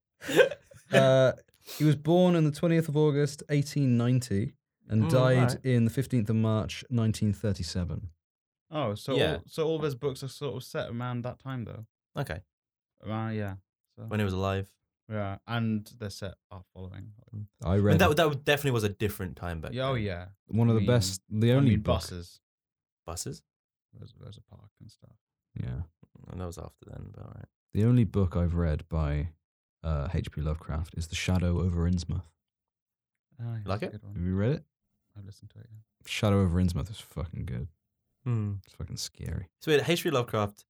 [SPEAKER 1] Uh, he was born on the 20th of August, 1890, and
[SPEAKER 3] Mm,
[SPEAKER 1] died
[SPEAKER 3] alright.
[SPEAKER 1] in the 15th of March 1937.
[SPEAKER 2] Oh, so
[SPEAKER 3] Yeah.
[SPEAKER 2] all, so all of his books are sort of set around that time though.
[SPEAKER 3] Okay,
[SPEAKER 2] Around yeah. So
[SPEAKER 3] when he was alive,
[SPEAKER 2] yeah, and they're set are following.
[SPEAKER 1] I
[SPEAKER 3] I mean,
[SPEAKER 1] read
[SPEAKER 3] that that definitely was a different time back.
[SPEAKER 2] Yeah, oh
[SPEAKER 3] then.
[SPEAKER 2] yeah,
[SPEAKER 1] one of the
[SPEAKER 2] I mean-
[SPEAKER 1] best, the
[SPEAKER 2] I
[SPEAKER 1] only
[SPEAKER 2] mean,
[SPEAKER 1] book-
[SPEAKER 2] buses.
[SPEAKER 3] buses.
[SPEAKER 2] Rosa, Rosa Park and stuff.
[SPEAKER 1] Yeah,
[SPEAKER 3] And that was after then, but all right.
[SPEAKER 1] the only book I've read by uh, H.P. Lovecraft is The Shadow over Innsmouth.
[SPEAKER 2] Oh, yeah,
[SPEAKER 3] Like
[SPEAKER 2] it's a
[SPEAKER 3] it?
[SPEAKER 2] good
[SPEAKER 1] Have
[SPEAKER 2] one.
[SPEAKER 1] you read it? Mm.
[SPEAKER 2] I've listened to it. Yeah.
[SPEAKER 1] Shadow over Innsmouth is fucking good.
[SPEAKER 3] Hmm.
[SPEAKER 1] It's fucking scary.
[SPEAKER 3] So wait, H.P. Lovecraft.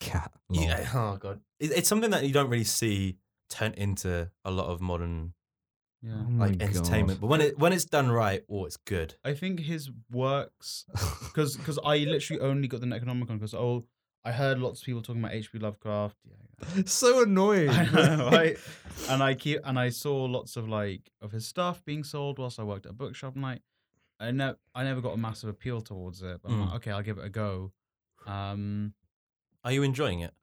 [SPEAKER 1] Cat. lol.
[SPEAKER 3] Yeah, oh god, it, it's something that you don't really see turned into a lot of modern
[SPEAKER 1] Oh
[SPEAKER 2] Yeah.
[SPEAKER 1] my
[SPEAKER 3] like
[SPEAKER 1] God.
[SPEAKER 3] entertainment. But when it when it's done right, oh, it's good.
[SPEAKER 2] I think his works, because because I literally only got the Necronomicon because oh, I heard lots of people talking about H.P. Lovecraft. Yeah,
[SPEAKER 1] so annoying.
[SPEAKER 2] I know, right? and I keep and I saw lots of like of his stuff being sold whilst I worked at a bookshop. And like, I never I never got a massive appeal towards it. But I'm
[SPEAKER 3] Mm.
[SPEAKER 2] like, okay, I'll give it a go. Um,
[SPEAKER 3] Are you enjoying it?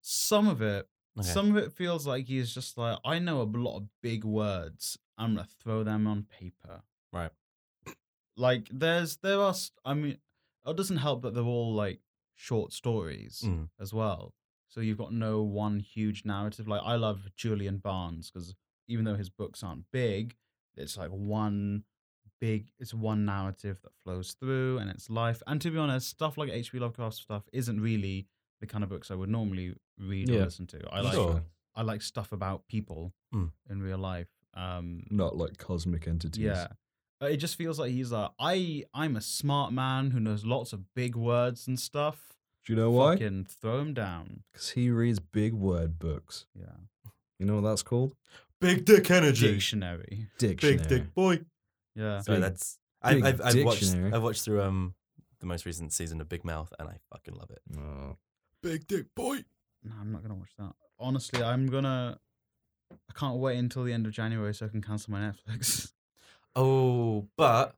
[SPEAKER 2] some of it
[SPEAKER 3] Okay.
[SPEAKER 2] Some of it feels like he's just like, I know a lot of big words. I'm gonna throw them on paper.
[SPEAKER 3] Right.
[SPEAKER 2] Like there's there are s- I mean it doesn't help that they're all like short stories
[SPEAKER 3] Mm.
[SPEAKER 2] as well. So you've got no one huge narrative. Like I love Julian Barnes because even though his books aren't big, it's like one big it's one narrative that flows through and it's life. And to be honest, stuff like H.P. Lovecraft stuff isn't really the kind of books I would normally read or
[SPEAKER 1] Yeah.
[SPEAKER 2] listen to. I like
[SPEAKER 3] Sure.
[SPEAKER 2] I like stuff about people
[SPEAKER 3] Mm.
[SPEAKER 2] in real life. Um,
[SPEAKER 1] Not like cosmic entities.
[SPEAKER 2] yeah, but it just feels like he's like I I'm a smart man who knows lots of big words and stuff.
[SPEAKER 1] Do you know Oh, why?
[SPEAKER 2] Fucking throw him down.
[SPEAKER 1] Because he reads big word books.
[SPEAKER 2] Yeah,
[SPEAKER 1] You know what that's called?
[SPEAKER 3] Big dick energy.
[SPEAKER 2] dictionary.
[SPEAKER 1] Dictionary.
[SPEAKER 3] Big dick boy.
[SPEAKER 2] Yeah,
[SPEAKER 3] So
[SPEAKER 1] Big-
[SPEAKER 3] that's I've,
[SPEAKER 1] big
[SPEAKER 3] I've, I've watched
[SPEAKER 1] dictionary.
[SPEAKER 3] I've watched through um the most recent season of Big Mouth and I fucking love it.
[SPEAKER 1] Oh.
[SPEAKER 3] Big dick boy.
[SPEAKER 2] no, I'm not gonna watch that. Honestly, I'm gonna. I can't wait until the end of January so I can cancel my Netflix.
[SPEAKER 3] Oh, but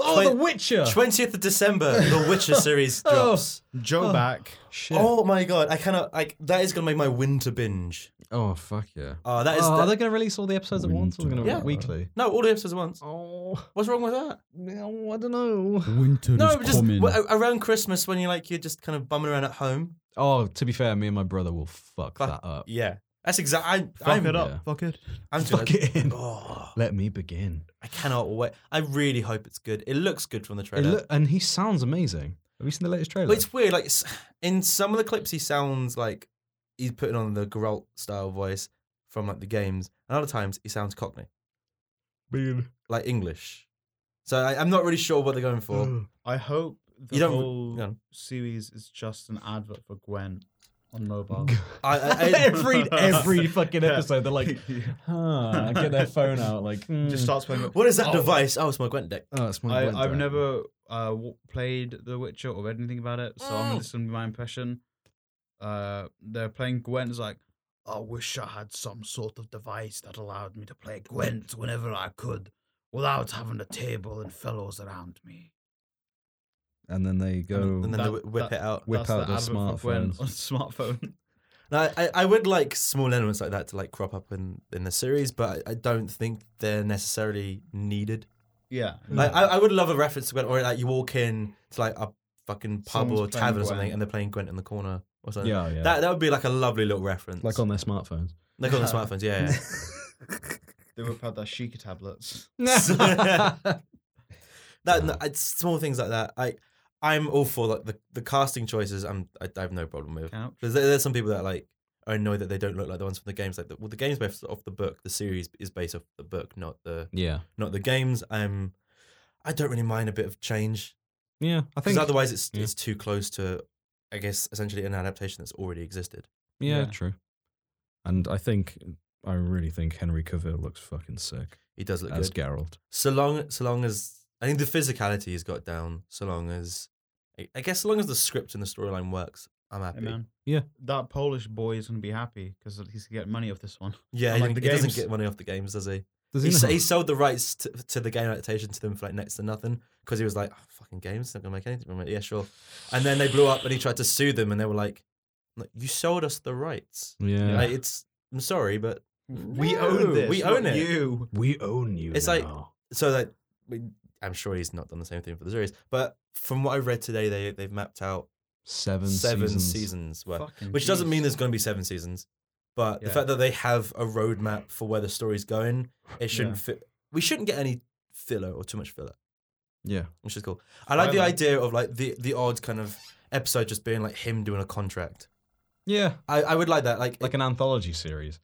[SPEAKER 1] Oh, The
[SPEAKER 3] Twen-
[SPEAKER 1] Witcher!
[SPEAKER 3] twentieth of December, The Witcher series
[SPEAKER 1] Oh.
[SPEAKER 3] drops.
[SPEAKER 2] Joe
[SPEAKER 1] Oh.
[SPEAKER 2] back.
[SPEAKER 1] Shit. Oh,
[SPEAKER 3] Oh my god, I cannot like that is gonna make my winter binge.
[SPEAKER 1] fuck yeah.
[SPEAKER 3] Oh, that is
[SPEAKER 4] Oh,
[SPEAKER 3] the-
[SPEAKER 4] are they going to release all the episodes at once or are they going to
[SPEAKER 3] Winter.
[SPEAKER 4] yeah. weekly?
[SPEAKER 3] no all the episodes at once.
[SPEAKER 1] Oh,
[SPEAKER 3] What's wrong with that?
[SPEAKER 1] no, I don't know.
[SPEAKER 2] Winter
[SPEAKER 3] No, but just uh, w- a- around Christmas when you're like you're just kind of bumming around at home.
[SPEAKER 4] Oh, to be fair, me and my brother will fuck
[SPEAKER 3] Fuck.
[SPEAKER 4] that up.
[SPEAKER 3] Yeah, that's exactly.
[SPEAKER 2] Fuck
[SPEAKER 3] I'm
[SPEAKER 2] it up.
[SPEAKER 4] yeah.
[SPEAKER 2] Fuck it.
[SPEAKER 3] I'm just
[SPEAKER 4] Fuck
[SPEAKER 3] like,
[SPEAKER 4] it in.
[SPEAKER 3] oh,
[SPEAKER 4] Let me begin.
[SPEAKER 3] I cannot wait. I really hope it's good. It looks good from the
[SPEAKER 4] It
[SPEAKER 3] trailer.
[SPEAKER 4] loo- and he sounds amazing. Have you seen the latest trailer?
[SPEAKER 3] But it's weird. Like s- in some of the clips, he sounds like he's putting on the Geralt style voice from like the games, and other times he sounds Cockney, like English. So I, I'm not really sure what they're going
[SPEAKER 4] Mm.
[SPEAKER 3] for.
[SPEAKER 2] I hope the
[SPEAKER 3] You don't-
[SPEAKER 2] whole
[SPEAKER 3] yeah.
[SPEAKER 2] series is just an advert for Gwen on mobile.
[SPEAKER 3] I, I, I,
[SPEAKER 4] every every fucking
[SPEAKER 2] Yeah.
[SPEAKER 4] episode, they're like, huh, get their phone out, like, hmm.
[SPEAKER 2] just starts playing. it.
[SPEAKER 3] what is that
[SPEAKER 2] Oh,
[SPEAKER 3] device? Oh, it's my Gwent deck.
[SPEAKER 1] Oh, it's my
[SPEAKER 2] I,
[SPEAKER 1] word
[SPEAKER 2] I've
[SPEAKER 1] there.
[SPEAKER 2] never uh, w- played The Witcher or read anything about it, so I'm
[SPEAKER 3] Mm.
[SPEAKER 2] this is my impression. Uh, they're playing Gwent. It's like, I wish I had some sort of device that allowed me to play Gwent whenever I could, without having a table and fellows around me.
[SPEAKER 1] And then they go.
[SPEAKER 3] And then
[SPEAKER 2] That-
[SPEAKER 3] they whi- whip
[SPEAKER 2] that-
[SPEAKER 3] it out.
[SPEAKER 1] Whip out the
[SPEAKER 2] the advert for Gwent
[SPEAKER 1] smartphones.
[SPEAKER 2] on smartphone.
[SPEAKER 3] Now, I, I- I would like small elements like that to like crop up in, in the series, but I, I don't think they're necessarily needed.
[SPEAKER 2] yeah,
[SPEAKER 3] Like I, I would love a reference to Gwent, or like you walk in to like a fucking pub
[SPEAKER 2] Someone's
[SPEAKER 3] or
[SPEAKER 2] playing
[SPEAKER 3] tavern or something,
[SPEAKER 2] Gwent.
[SPEAKER 3] and they're playing Gwent in the corner or something.
[SPEAKER 4] yeah, yeah.
[SPEAKER 3] That that would be like a lovely little reference.
[SPEAKER 1] Like on their smartphones.
[SPEAKER 3] like on the smartphones, yeah.
[SPEAKER 2] they whip out their Sheikah tablets.
[SPEAKER 3] yeah. that no, it's small things like that. I I'm all for like the, the casting choices. I'm I, I have no problem with
[SPEAKER 2] Couch.
[SPEAKER 3] because there, there's some people that like are annoyed that they don't look like the ones from the games. Like the, well, the games based off the book. The series is based off the book, not the
[SPEAKER 4] yeah.
[SPEAKER 3] not the games. I'm I don't really mind a bit of change.
[SPEAKER 4] Yeah, I
[SPEAKER 3] Because
[SPEAKER 4] think.
[SPEAKER 3] otherwise, it's
[SPEAKER 4] yeah.
[SPEAKER 3] it's too close to, I guess, essentially an adaptation that's already existed.
[SPEAKER 4] yeah,
[SPEAKER 2] Yeah.
[SPEAKER 4] true.
[SPEAKER 1] And I think, I really think Henry Cavill looks fucking sick
[SPEAKER 3] It does look
[SPEAKER 1] as
[SPEAKER 3] good.
[SPEAKER 1] Geralt.
[SPEAKER 3] So long, so long as I think the physicality has got down. So long as, I- I guess, so long as the script and the storyline works, I'm happy.
[SPEAKER 2] Hey, man.
[SPEAKER 4] Yeah.
[SPEAKER 2] That Polish boy is going to be happy because he's going to get money off this one.
[SPEAKER 3] Yeah,
[SPEAKER 2] I
[SPEAKER 3] he,
[SPEAKER 2] like the
[SPEAKER 3] he doesn't
[SPEAKER 2] games.
[SPEAKER 3] get money off the games, does he?
[SPEAKER 4] Does
[SPEAKER 3] He,
[SPEAKER 4] he
[SPEAKER 3] s-
[SPEAKER 4] know?
[SPEAKER 3] he sold the rights to, to the game adaptation to them for like next to nothing because he was like, oh, "Fucking games, not gonna make anything." from it." yeah, sure. And then they blew up, and he tried to sue them, and they were like, "No, "You sold us the rights.
[SPEAKER 4] yeah.
[SPEAKER 3] Like, it's I'm sorry, but
[SPEAKER 2] We
[SPEAKER 3] No,
[SPEAKER 2] own this.
[SPEAKER 3] we
[SPEAKER 2] not
[SPEAKER 3] own it.
[SPEAKER 2] You.
[SPEAKER 4] we own you.
[SPEAKER 3] It's like-
[SPEAKER 4] now.
[SPEAKER 3] so that we, I'm sure he's not done the same thing for the series, but from what I read today, they they've mapped out
[SPEAKER 1] Seven,
[SPEAKER 3] seven
[SPEAKER 1] seasons.
[SPEAKER 3] seasons, worth, which doesn't mean there's going to be seven seasons. But the
[SPEAKER 2] Yeah.
[SPEAKER 3] fact that they have a roadmap for where the story's going, it shouldn't
[SPEAKER 2] Yeah.
[SPEAKER 3] fit. We shouldn't get any filler or too much filler,
[SPEAKER 1] Yeah.
[SPEAKER 3] which is cool. I like
[SPEAKER 2] I
[SPEAKER 3] the
[SPEAKER 2] like-
[SPEAKER 3] idea of like the the odd kind of episode just being like him doing a contract.
[SPEAKER 1] Yeah.
[SPEAKER 3] I, I would like that. Like,
[SPEAKER 1] Like an anthology series.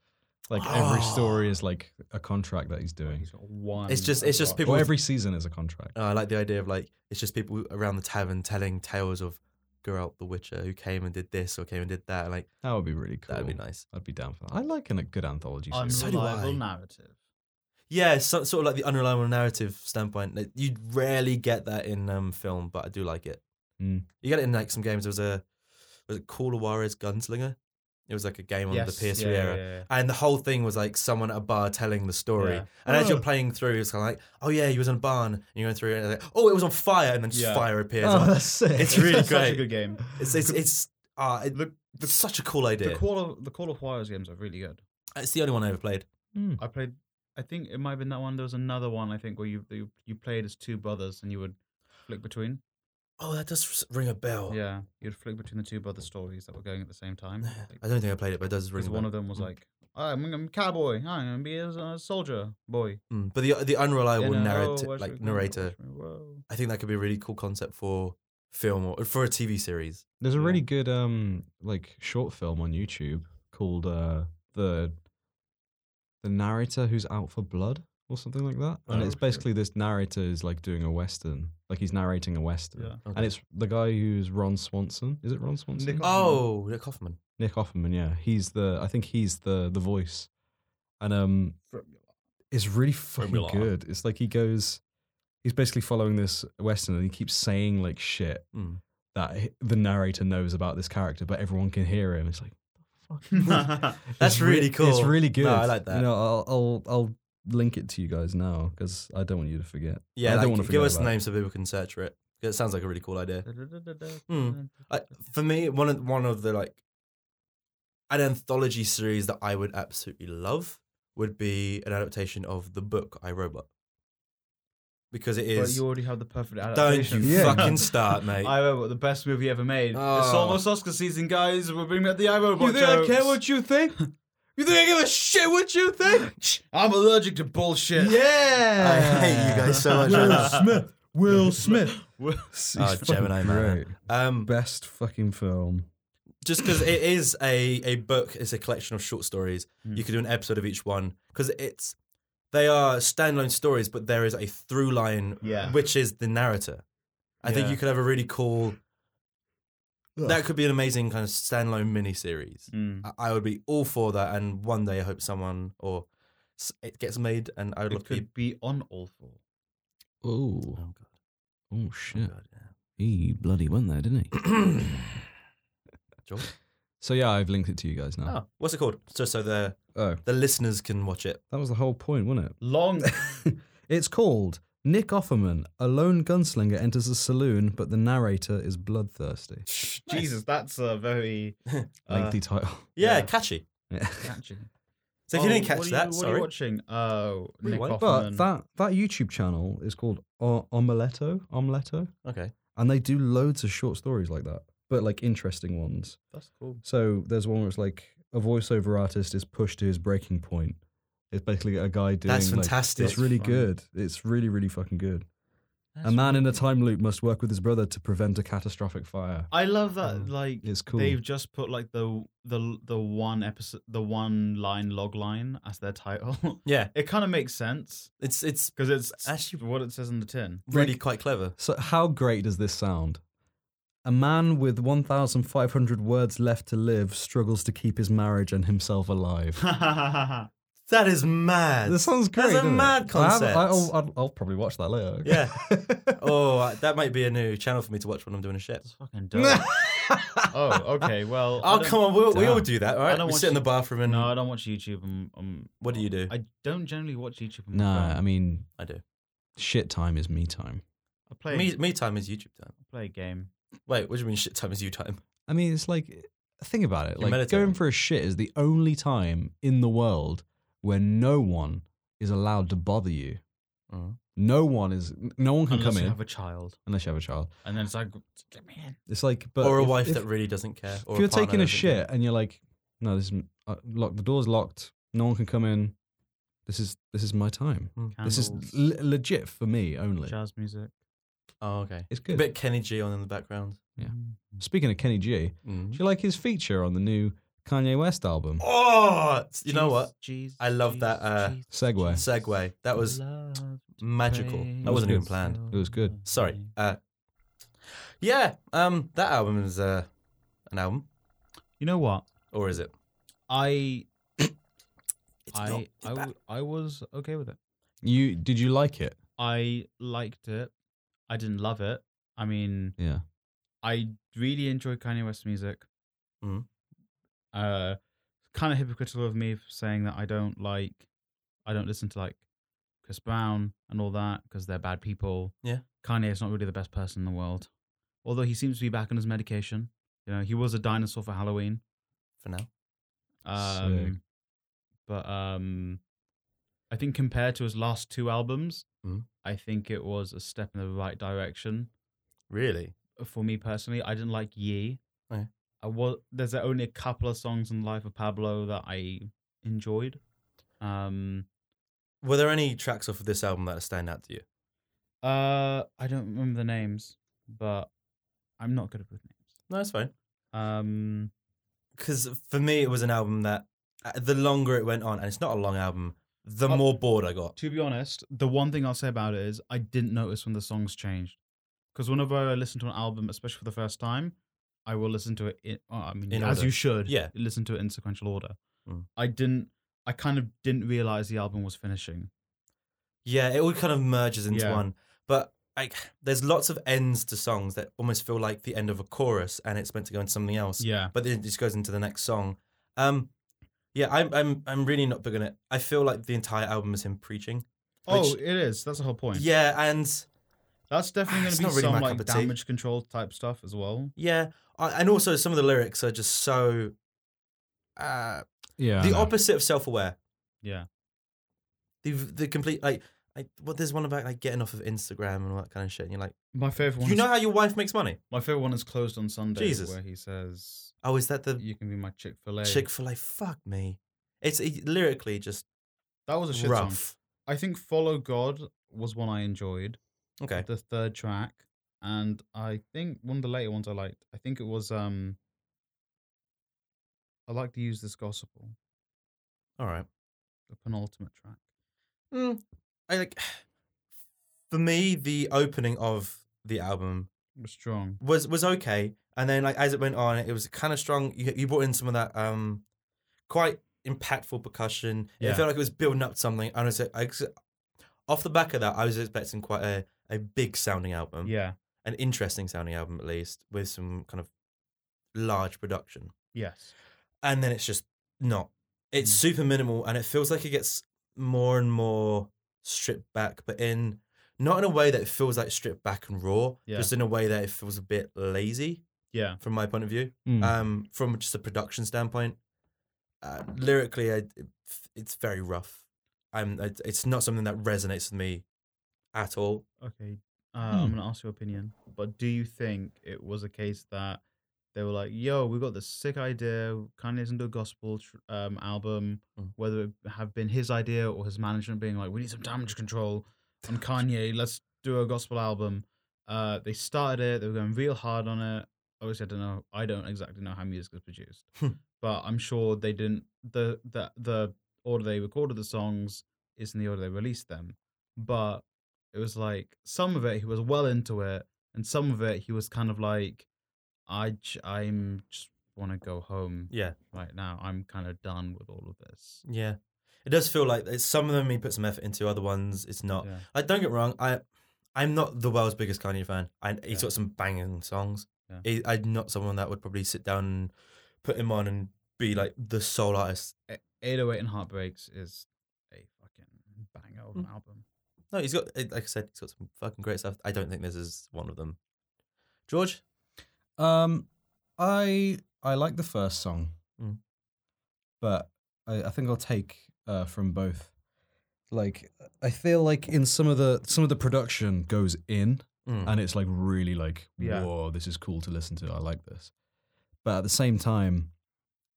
[SPEAKER 1] Like every
[SPEAKER 3] Oh.
[SPEAKER 1] story is like a contract that he's doing.
[SPEAKER 2] One
[SPEAKER 3] It's just- it's just
[SPEAKER 2] Well,
[SPEAKER 3] people-
[SPEAKER 1] Or every season is a contract.
[SPEAKER 3] uh, I like the idea of like it's just people around the tavern telling tales of Geralt the Witcher who came and did this or came and did that. Like
[SPEAKER 1] That would be really cool.
[SPEAKER 3] that'd be nice.
[SPEAKER 1] I'd be down for that. I like an- a good anthology series.
[SPEAKER 3] So do
[SPEAKER 2] Unreliable
[SPEAKER 3] I.
[SPEAKER 2] narrative.
[SPEAKER 3] Yeah, so, sort of like the unreliable narrative standpoint. Like, you rarely get that in um, film, but I do like it.
[SPEAKER 1] Mm.
[SPEAKER 3] You get it in like some games. There was a was it Call of Juarez Gunslinger? It was like a game on
[SPEAKER 2] Yes,
[SPEAKER 3] the PS3
[SPEAKER 2] yeah, yeah,
[SPEAKER 3] era.
[SPEAKER 2] yeah.
[SPEAKER 3] And the whole thing was like someone at a bar telling the story.
[SPEAKER 2] Yeah.
[SPEAKER 3] And as
[SPEAKER 1] Oh.
[SPEAKER 3] you're playing through, it's kind of like, oh yeah, he was in a barn. And you're going through it. And it's like, oh, it was on fire. And then just
[SPEAKER 2] Yeah.
[SPEAKER 3] fire appears.
[SPEAKER 1] Oh,
[SPEAKER 3] I'm like,
[SPEAKER 1] that's sick.
[SPEAKER 3] It's really
[SPEAKER 2] such a
[SPEAKER 3] great.
[SPEAKER 2] good game.
[SPEAKER 3] it's, it's, it's, uh, it-
[SPEAKER 2] Look,
[SPEAKER 3] it's such a cool idea.
[SPEAKER 2] The Call of the Call of Juarez games are really good.
[SPEAKER 3] it's the only one I ever played.
[SPEAKER 1] Mm.
[SPEAKER 2] I played. I think it might have been that one. There was another one. I think where you you, you played as two brothers and you would flick between.
[SPEAKER 3] Oh, that does ring a bell.
[SPEAKER 2] Yeah, you'd flick between the two brother stories that were going at the same time. Like,
[SPEAKER 3] I mm. don't think I played it, but it does ring
[SPEAKER 2] Because
[SPEAKER 3] a bell.
[SPEAKER 2] one of them was like, I'm, I'm a cowboy. I'm gonna be a, a soldier boy.
[SPEAKER 3] Mm, but the the unreliable
[SPEAKER 2] You know,
[SPEAKER 3] narrative,
[SPEAKER 2] oh, watch me
[SPEAKER 3] like
[SPEAKER 2] go,
[SPEAKER 3] narrator,
[SPEAKER 2] watch me roll.
[SPEAKER 3] I think that could be a really cool concept for film or for a TV series.
[SPEAKER 1] There's a
[SPEAKER 2] Yeah.
[SPEAKER 1] really good um like short film on YouTube called uh the the narrator who's out for blood or something like that. And
[SPEAKER 3] Oh,
[SPEAKER 1] it's
[SPEAKER 2] shit.
[SPEAKER 1] basically this narrator is like doing a western, like he's narrating a western.
[SPEAKER 2] Yeah.
[SPEAKER 1] And it's the guy who's Ron Swanson. Is it Ron Swanson?
[SPEAKER 2] Nick-
[SPEAKER 3] oh, Nick Hoffman.
[SPEAKER 1] Nick Offerman, yeah. He's the I think he's the the voice. And um it's really fucking
[SPEAKER 3] Formula.
[SPEAKER 1] good. It's like he goes he's basically following this western and he keeps saying like shit
[SPEAKER 3] Mm.
[SPEAKER 1] that h- the narrator knows about this character, but everyone can hear him. It's like
[SPEAKER 3] That's
[SPEAKER 1] it's
[SPEAKER 3] really
[SPEAKER 1] re-
[SPEAKER 3] cool.
[SPEAKER 1] It's really good.
[SPEAKER 3] No, I like that.
[SPEAKER 1] You know, I'll I'll, I'll link it to you guys now because I don't want you to forget.
[SPEAKER 3] Yeah,
[SPEAKER 1] I don't
[SPEAKER 3] like,
[SPEAKER 1] wanna
[SPEAKER 3] give
[SPEAKER 1] forget
[SPEAKER 3] us the
[SPEAKER 1] about it.
[SPEAKER 3] name so people can search for it. 'Cause It sounds like a really cool idea.
[SPEAKER 2] Da-da-da-da-da.
[SPEAKER 3] I, for me, one of one of the like an anthology series that I would absolutely love would be an adaptation of the book I Robot because it
[SPEAKER 2] But
[SPEAKER 3] is.
[SPEAKER 2] you already have the perfect
[SPEAKER 3] Don't
[SPEAKER 2] adaptation.
[SPEAKER 3] you
[SPEAKER 1] Yeah.
[SPEAKER 3] fucking start, mate.
[SPEAKER 2] I Robot, the best movie ever made. It's
[SPEAKER 3] Oh.
[SPEAKER 2] almost Oscar season, guys. We're bringing back the I Robot jokes.
[SPEAKER 1] you think?
[SPEAKER 3] you think I give a shit what you think?
[SPEAKER 2] I'm allergic to bullshit.
[SPEAKER 3] Yeah, I hate you guys so much. right now.
[SPEAKER 1] Smith. Will Smith.
[SPEAKER 2] Will-
[SPEAKER 1] He's
[SPEAKER 3] Oh,
[SPEAKER 1] fucking
[SPEAKER 3] Gemini Man.
[SPEAKER 1] great.
[SPEAKER 3] Um,
[SPEAKER 1] Best fucking film.
[SPEAKER 3] just because it is a, a book, it's a collection of short stories.
[SPEAKER 2] Hmm.
[SPEAKER 3] You could do an episode of each one because it's they are standalone stories, but there is a through line,
[SPEAKER 2] Yeah.
[SPEAKER 3] which is the narrator. I think
[SPEAKER 2] Yeah.
[SPEAKER 3] you could have a really cool. That could be an amazing kind of standalone mini series.
[SPEAKER 2] Mm.
[SPEAKER 3] I, I would be all for that, and one day I hope someone or s- it gets made, and I would love
[SPEAKER 2] It
[SPEAKER 3] to be.
[SPEAKER 2] could be on all four.
[SPEAKER 1] Oh,
[SPEAKER 3] Oh
[SPEAKER 1] oh
[SPEAKER 3] God! Oh
[SPEAKER 1] shit.
[SPEAKER 3] God!
[SPEAKER 1] He bloody went there, didn't he?
[SPEAKER 3] Yeah. Joel?
[SPEAKER 1] So yeah, I've linked it to you guys now.
[SPEAKER 3] Oh, what's it called? Just so the
[SPEAKER 1] Oh,
[SPEAKER 3] the listeners can watch it.
[SPEAKER 1] that was the whole point, wasn't it?
[SPEAKER 2] Long.
[SPEAKER 1] it's called Nick Offerman. A lone gunslinger enters a saloon, but the narrator is bloodthirsty.
[SPEAKER 2] Jesus, that's a very uh,
[SPEAKER 1] Lengthy title.
[SPEAKER 3] Yeah,
[SPEAKER 2] Yeah.
[SPEAKER 3] catchy.
[SPEAKER 1] Yeah.
[SPEAKER 2] catchy.
[SPEAKER 3] So if you
[SPEAKER 2] Oh,
[SPEAKER 3] didn't catch
[SPEAKER 2] what are
[SPEAKER 3] that,
[SPEAKER 2] you,
[SPEAKER 3] sorry.
[SPEAKER 2] What are you watching? Oh,
[SPEAKER 3] Wait,
[SPEAKER 2] Nick
[SPEAKER 3] what?
[SPEAKER 2] Offerman.
[SPEAKER 1] But that that YouTube channel is called o- Omeletto, Omeletto,
[SPEAKER 3] Okay.
[SPEAKER 1] and they do loads of short stories like that, but like interesting ones.
[SPEAKER 2] that's cool.
[SPEAKER 1] So there's one where it's like a voiceover artist is pushed to his breaking point. It's basically a guy doing.
[SPEAKER 3] That's
[SPEAKER 1] like-
[SPEAKER 3] fantastic.
[SPEAKER 1] it's really
[SPEAKER 2] That's fun.
[SPEAKER 1] good. It's really really fucking good. a man in a time loop must work with his brother to prevent a catastrophic fire.
[SPEAKER 2] I love that.
[SPEAKER 1] Um,
[SPEAKER 2] like
[SPEAKER 1] It's cool.
[SPEAKER 2] they've just put like the the the one episode, the one line log line as their title.
[SPEAKER 3] Yeah,
[SPEAKER 2] it kind of makes sense
[SPEAKER 3] it's it's
[SPEAKER 2] because it's
[SPEAKER 3] Actually-
[SPEAKER 2] actually what it says on the tin.
[SPEAKER 3] really quite clever.
[SPEAKER 1] So, how great does this sound? A man with 1,500 words left to live struggles to keep his marriage and himself alive.
[SPEAKER 3] That is mad.
[SPEAKER 1] This sounds great.
[SPEAKER 3] That's a
[SPEAKER 1] doesn't it?
[SPEAKER 3] mad
[SPEAKER 1] I have-
[SPEAKER 3] concept.
[SPEAKER 1] I, will I'll probably watch that later.
[SPEAKER 3] Yeah. oh, I- that might be a new channel for me to watch when I'm doing a shit.
[SPEAKER 2] That's fucking dope. oh, okay. Well, I
[SPEAKER 3] Oh,
[SPEAKER 2] don't-
[SPEAKER 3] come on. We'll, we all
[SPEAKER 1] Damn.
[SPEAKER 3] do that, all
[SPEAKER 2] I
[SPEAKER 3] right?
[SPEAKER 2] don't
[SPEAKER 3] We
[SPEAKER 2] want
[SPEAKER 3] sit in
[SPEAKER 2] you-
[SPEAKER 3] the bathroom and.
[SPEAKER 2] No, I don't watch YouTube. Um, um,
[SPEAKER 3] What do you do? I,
[SPEAKER 2] I don't generally watch YouTube. on my
[SPEAKER 1] Nah,
[SPEAKER 2] phone.
[SPEAKER 1] I mean,
[SPEAKER 3] do.
[SPEAKER 1] shit time is me time.
[SPEAKER 2] I play
[SPEAKER 3] Me, me time is YouTube time.
[SPEAKER 2] I play a game.
[SPEAKER 3] Wait, what do you mean shit time is you time?
[SPEAKER 1] I mean, it's like, think about it.
[SPEAKER 3] You're
[SPEAKER 1] Like,
[SPEAKER 3] meditating.
[SPEAKER 1] going for a shit is the only
[SPEAKER 2] Mm.
[SPEAKER 1] time in the world where no one is allowed to bother you.
[SPEAKER 4] No one is. No one can
[SPEAKER 2] Unless
[SPEAKER 4] come
[SPEAKER 2] you
[SPEAKER 4] in
[SPEAKER 2] have a child,
[SPEAKER 4] unless you have a child.
[SPEAKER 2] and then it's like, get me in.
[SPEAKER 4] It's like, but
[SPEAKER 3] or a
[SPEAKER 4] if-
[SPEAKER 3] wife
[SPEAKER 4] if-
[SPEAKER 3] that really doesn't care. Or
[SPEAKER 4] if you're
[SPEAKER 3] a partner
[SPEAKER 4] taking a
[SPEAKER 3] that doesn't
[SPEAKER 4] shit and you're like, no, this is uh, lock. The door's locked. No one can come in. This is this is my time. This is
[SPEAKER 2] Candles,
[SPEAKER 4] le- legit for me only.
[SPEAKER 2] jazz music.
[SPEAKER 3] care. Oh, okay.
[SPEAKER 4] It's
[SPEAKER 3] A
[SPEAKER 4] good.
[SPEAKER 3] bit Kenny G on in the background.
[SPEAKER 4] Yeah.
[SPEAKER 2] Mm.
[SPEAKER 4] Speaking of Kenny G, do you like his feature on the new Kanye West album?
[SPEAKER 3] Oh, you know what?
[SPEAKER 2] Jeez,
[SPEAKER 3] I love that, uh,
[SPEAKER 4] Segway.
[SPEAKER 3] Segway. That was magical. That wasn't even planned.
[SPEAKER 4] It was good.
[SPEAKER 3] Sorry.
[SPEAKER 2] Mm.
[SPEAKER 3] Uh, yeah. Um, that album is uh, an album,
[SPEAKER 2] You know what?
[SPEAKER 3] or is it?
[SPEAKER 2] I
[SPEAKER 3] It's not.
[SPEAKER 2] I
[SPEAKER 3] It's
[SPEAKER 2] I,
[SPEAKER 3] bad.
[SPEAKER 2] w- I was okay with it.
[SPEAKER 4] You did you like it?
[SPEAKER 2] I liked it. I didn't love it. I mean,
[SPEAKER 4] Yeah.
[SPEAKER 2] I really enjoy Kanye West music.
[SPEAKER 3] Mhm.
[SPEAKER 2] Uh, kind of hypocritical of me for saying that I don't like, I don't listen to like Chris Brown and all that because they're bad people.
[SPEAKER 3] Yeah.
[SPEAKER 2] Kanye is not really the best person in the world, although he seems to be back on his medication. You know, he was a dinosaur for Halloween.
[SPEAKER 3] for now.
[SPEAKER 2] Um,
[SPEAKER 4] Sick.
[SPEAKER 2] But um, I think compared to his last two albums,
[SPEAKER 3] Mhm.
[SPEAKER 2] I think it was a step in the right direction uh,
[SPEAKER 3] Really?
[SPEAKER 2] for me personally, I didn't like Ye.
[SPEAKER 3] Okay.
[SPEAKER 2] I was there's only a couple of songs in Life of Pablo that I enjoyed. Um,
[SPEAKER 3] Were there any tracks off of this album that stand out to you?
[SPEAKER 2] uh, I don't remember the names, but I'm not good with names.
[SPEAKER 3] No, it's fine.
[SPEAKER 2] Um,
[SPEAKER 3] Because for me, it was an album that uh, the longer it went on, and it's not a long album, the
[SPEAKER 2] Oh.
[SPEAKER 3] more bored I got.
[SPEAKER 2] to be honest, the one thing I'll say about it is I didn't notice when the songs changed because whenever I listen to an album, especially for the first time, I will listen to it. In, oh, I mean,
[SPEAKER 3] In
[SPEAKER 2] as
[SPEAKER 3] order.
[SPEAKER 2] you should,
[SPEAKER 3] Yeah.
[SPEAKER 2] listen to it in sequential order.
[SPEAKER 3] Mm.
[SPEAKER 2] I didn't. I kind of didn't realize the album was finishing.
[SPEAKER 3] Yeah, it all kind of merges into
[SPEAKER 2] Yeah.
[SPEAKER 3] one. But like, there's lots of ends to songs that almost feel like the end of a chorus, and it's meant to go into something else.
[SPEAKER 2] Yeah.
[SPEAKER 3] but then it just goes into the next song. Um, yeah, I'm I'm I'm really not big on it. I feel like the entire album is him preaching.
[SPEAKER 2] Oh,
[SPEAKER 3] which-
[SPEAKER 2] it is. That's the whole point.
[SPEAKER 3] Yeah, and
[SPEAKER 2] that's definitely going
[SPEAKER 3] It's
[SPEAKER 2] to be
[SPEAKER 3] not really my
[SPEAKER 2] some
[SPEAKER 3] cup
[SPEAKER 2] like
[SPEAKER 3] of tea.
[SPEAKER 2] damage control type stuff as well.
[SPEAKER 3] yeah, I, and also some of the lyrics are just so uh,
[SPEAKER 4] Yeah. I
[SPEAKER 3] the
[SPEAKER 4] know.
[SPEAKER 3] opposite of self-aware.
[SPEAKER 2] Yeah.
[SPEAKER 3] The the complete like like what there's one about like getting off of Instagram and all that kind of shit. And you're like,
[SPEAKER 2] My favorite one.
[SPEAKER 3] you
[SPEAKER 2] is,
[SPEAKER 3] know how your wife makes money?
[SPEAKER 2] my favorite one is closed on Sunday,
[SPEAKER 3] Jesus.
[SPEAKER 2] where he says,
[SPEAKER 3] Oh, is that the
[SPEAKER 2] "You can be my Chick Fil A."
[SPEAKER 3] Chick Fil A? Fuck me. It's it, lyrically just
[SPEAKER 2] That was a shit
[SPEAKER 3] rough.
[SPEAKER 2] song. I think Follow God was one I enjoyed.
[SPEAKER 3] Okay,
[SPEAKER 2] The third track, and I think one of the later ones I liked. I think it was um. I like to use this gospel,
[SPEAKER 3] all right.
[SPEAKER 2] the penultimate track.
[SPEAKER 3] Mm, I like for me the opening of the album
[SPEAKER 2] It was strong.
[SPEAKER 3] was was okay, and then like as it went on, it was kind of strong. You, you brought in some of that um quite impactful percussion. It
[SPEAKER 2] Yeah.
[SPEAKER 3] felt like it was building up to something. And I was I, ex- off the back of that, I was expecting quite a a big sounding album,
[SPEAKER 2] Yeah.
[SPEAKER 3] an interesting sounding album at least, with some kind of large production.
[SPEAKER 2] Yes.
[SPEAKER 3] And then it's just not. It's
[SPEAKER 2] Mm.
[SPEAKER 3] super minimal, and it feels like it gets more and more stripped back, but in not in a way that it feels like stripped back and raw,
[SPEAKER 2] Yeah.
[SPEAKER 3] just in a way that it feels a bit lazy
[SPEAKER 2] Yeah.
[SPEAKER 3] from my point of view.
[SPEAKER 4] Mm.
[SPEAKER 3] Um, from just a production standpoint, uh, lyrically, I, it's very rough. I'm, I, it's not something that resonates with me at all.
[SPEAKER 2] Okay. Uh, I'm going to ask your opinion. But do you think it was a case that they were like, yo, we got this sick idea. Kanye isn't a gospel tr- um, album,
[SPEAKER 3] Mm.
[SPEAKER 2] whether it have been his idea or his management being like, we need some damage control on Kanye. Let's do a gospel album. Uh, they started it. They were going real hard on it. Obviously, I don't know. I don't exactly know how music is produced,
[SPEAKER 3] Hmm.
[SPEAKER 2] but I'm sure they didn't. The, the the order they recorded the songs isn't the order they released them, but it was like some of it he was well into it and some of it he was kind of like i j- i'm just want to go home
[SPEAKER 3] Yeah,
[SPEAKER 2] right now i'm kind of done with all of this
[SPEAKER 3] yeah. It does feel like it's, some of them he put some effort into, other ones it's not.
[SPEAKER 2] yeah
[SPEAKER 3] Like, don't get me wrong, I I'm not the world's biggest Kanye fan. I, he's
[SPEAKER 2] Yeah.
[SPEAKER 3] got some banging songs.
[SPEAKER 2] Yeah.
[SPEAKER 3] He, I'm not someone that would probably sit down and put him on and be like the sole artist.
[SPEAKER 2] A- 808 and heartbreaks is a fucking banger of an album
[SPEAKER 3] No, he's got eh, like I said, he's got some fucking great stuff. I don't think this is one of them. George,
[SPEAKER 4] Um, I I like the first song,
[SPEAKER 3] Mm.
[SPEAKER 4] but I, I think I'll take uh, from both.
[SPEAKER 1] Like I feel like in some of the some of the production goes in
[SPEAKER 3] Mm.
[SPEAKER 1] and it's like really like
[SPEAKER 2] Yeah.
[SPEAKER 1] whoa this is cool to listen to i like this but at the same time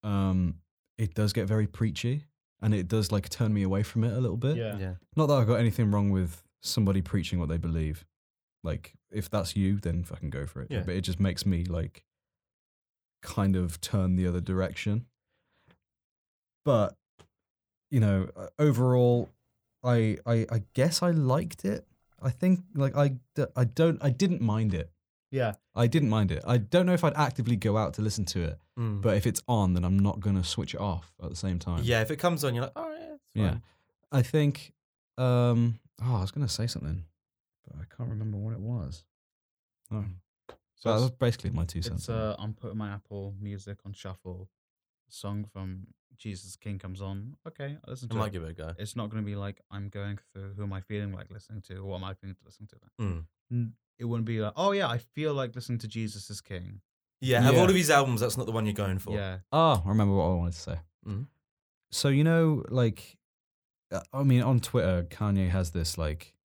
[SPEAKER 1] um it does get very preachy and it does like turn me away from it a little bit
[SPEAKER 2] Yeah.
[SPEAKER 3] yeah.
[SPEAKER 1] not that i've got anything wrong with somebody preaching what they believe like if that's you then fucking go for it
[SPEAKER 3] Yeah.
[SPEAKER 1] but it just makes me like kind of turn the other direction but you know uh, overall I, I i guess i liked it i think like i d- i don't i didn't mind it
[SPEAKER 2] Yeah.
[SPEAKER 1] I didn't mind it. I don't know if I'd actively go out to listen to it,
[SPEAKER 3] Mm.
[SPEAKER 1] but if it's on, then I'm not gonna switch it off at the same time.
[SPEAKER 3] yeah, if it comes on, you're like, oh yeah, it's
[SPEAKER 1] yeah.
[SPEAKER 3] fine."
[SPEAKER 1] I think. Um, oh, I was gonna say something, but I can't remember what it was. Oh, so
[SPEAKER 2] Mm. So
[SPEAKER 1] that
[SPEAKER 2] it's-
[SPEAKER 1] was basically my two cents.
[SPEAKER 2] It's
[SPEAKER 1] on it.
[SPEAKER 2] uh, I'm putting my Apple Music on shuffle. Song from Jesus King comes on. Okay, I listen
[SPEAKER 3] I
[SPEAKER 2] to
[SPEAKER 3] might
[SPEAKER 2] it.
[SPEAKER 3] give it a go.
[SPEAKER 2] It's not going to be like I'm going through. Who am I feeling like listening to? What am I feeling to listen to?
[SPEAKER 3] Mm.
[SPEAKER 2] N- It wouldn't be like, oh yeah, I feel like listening to Jesus is King.
[SPEAKER 3] Yeah, of
[SPEAKER 1] Yeah.
[SPEAKER 3] all of these albums, that's not the one you're going for.
[SPEAKER 2] Yeah,
[SPEAKER 1] Ah, I remember what I wanted to say.
[SPEAKER 2] Mm-hmm.
[SPEAKER 3] Mhm.
[SPEAKER 1] So you know, like, uh, I mean, on Twitter, Kanye has this like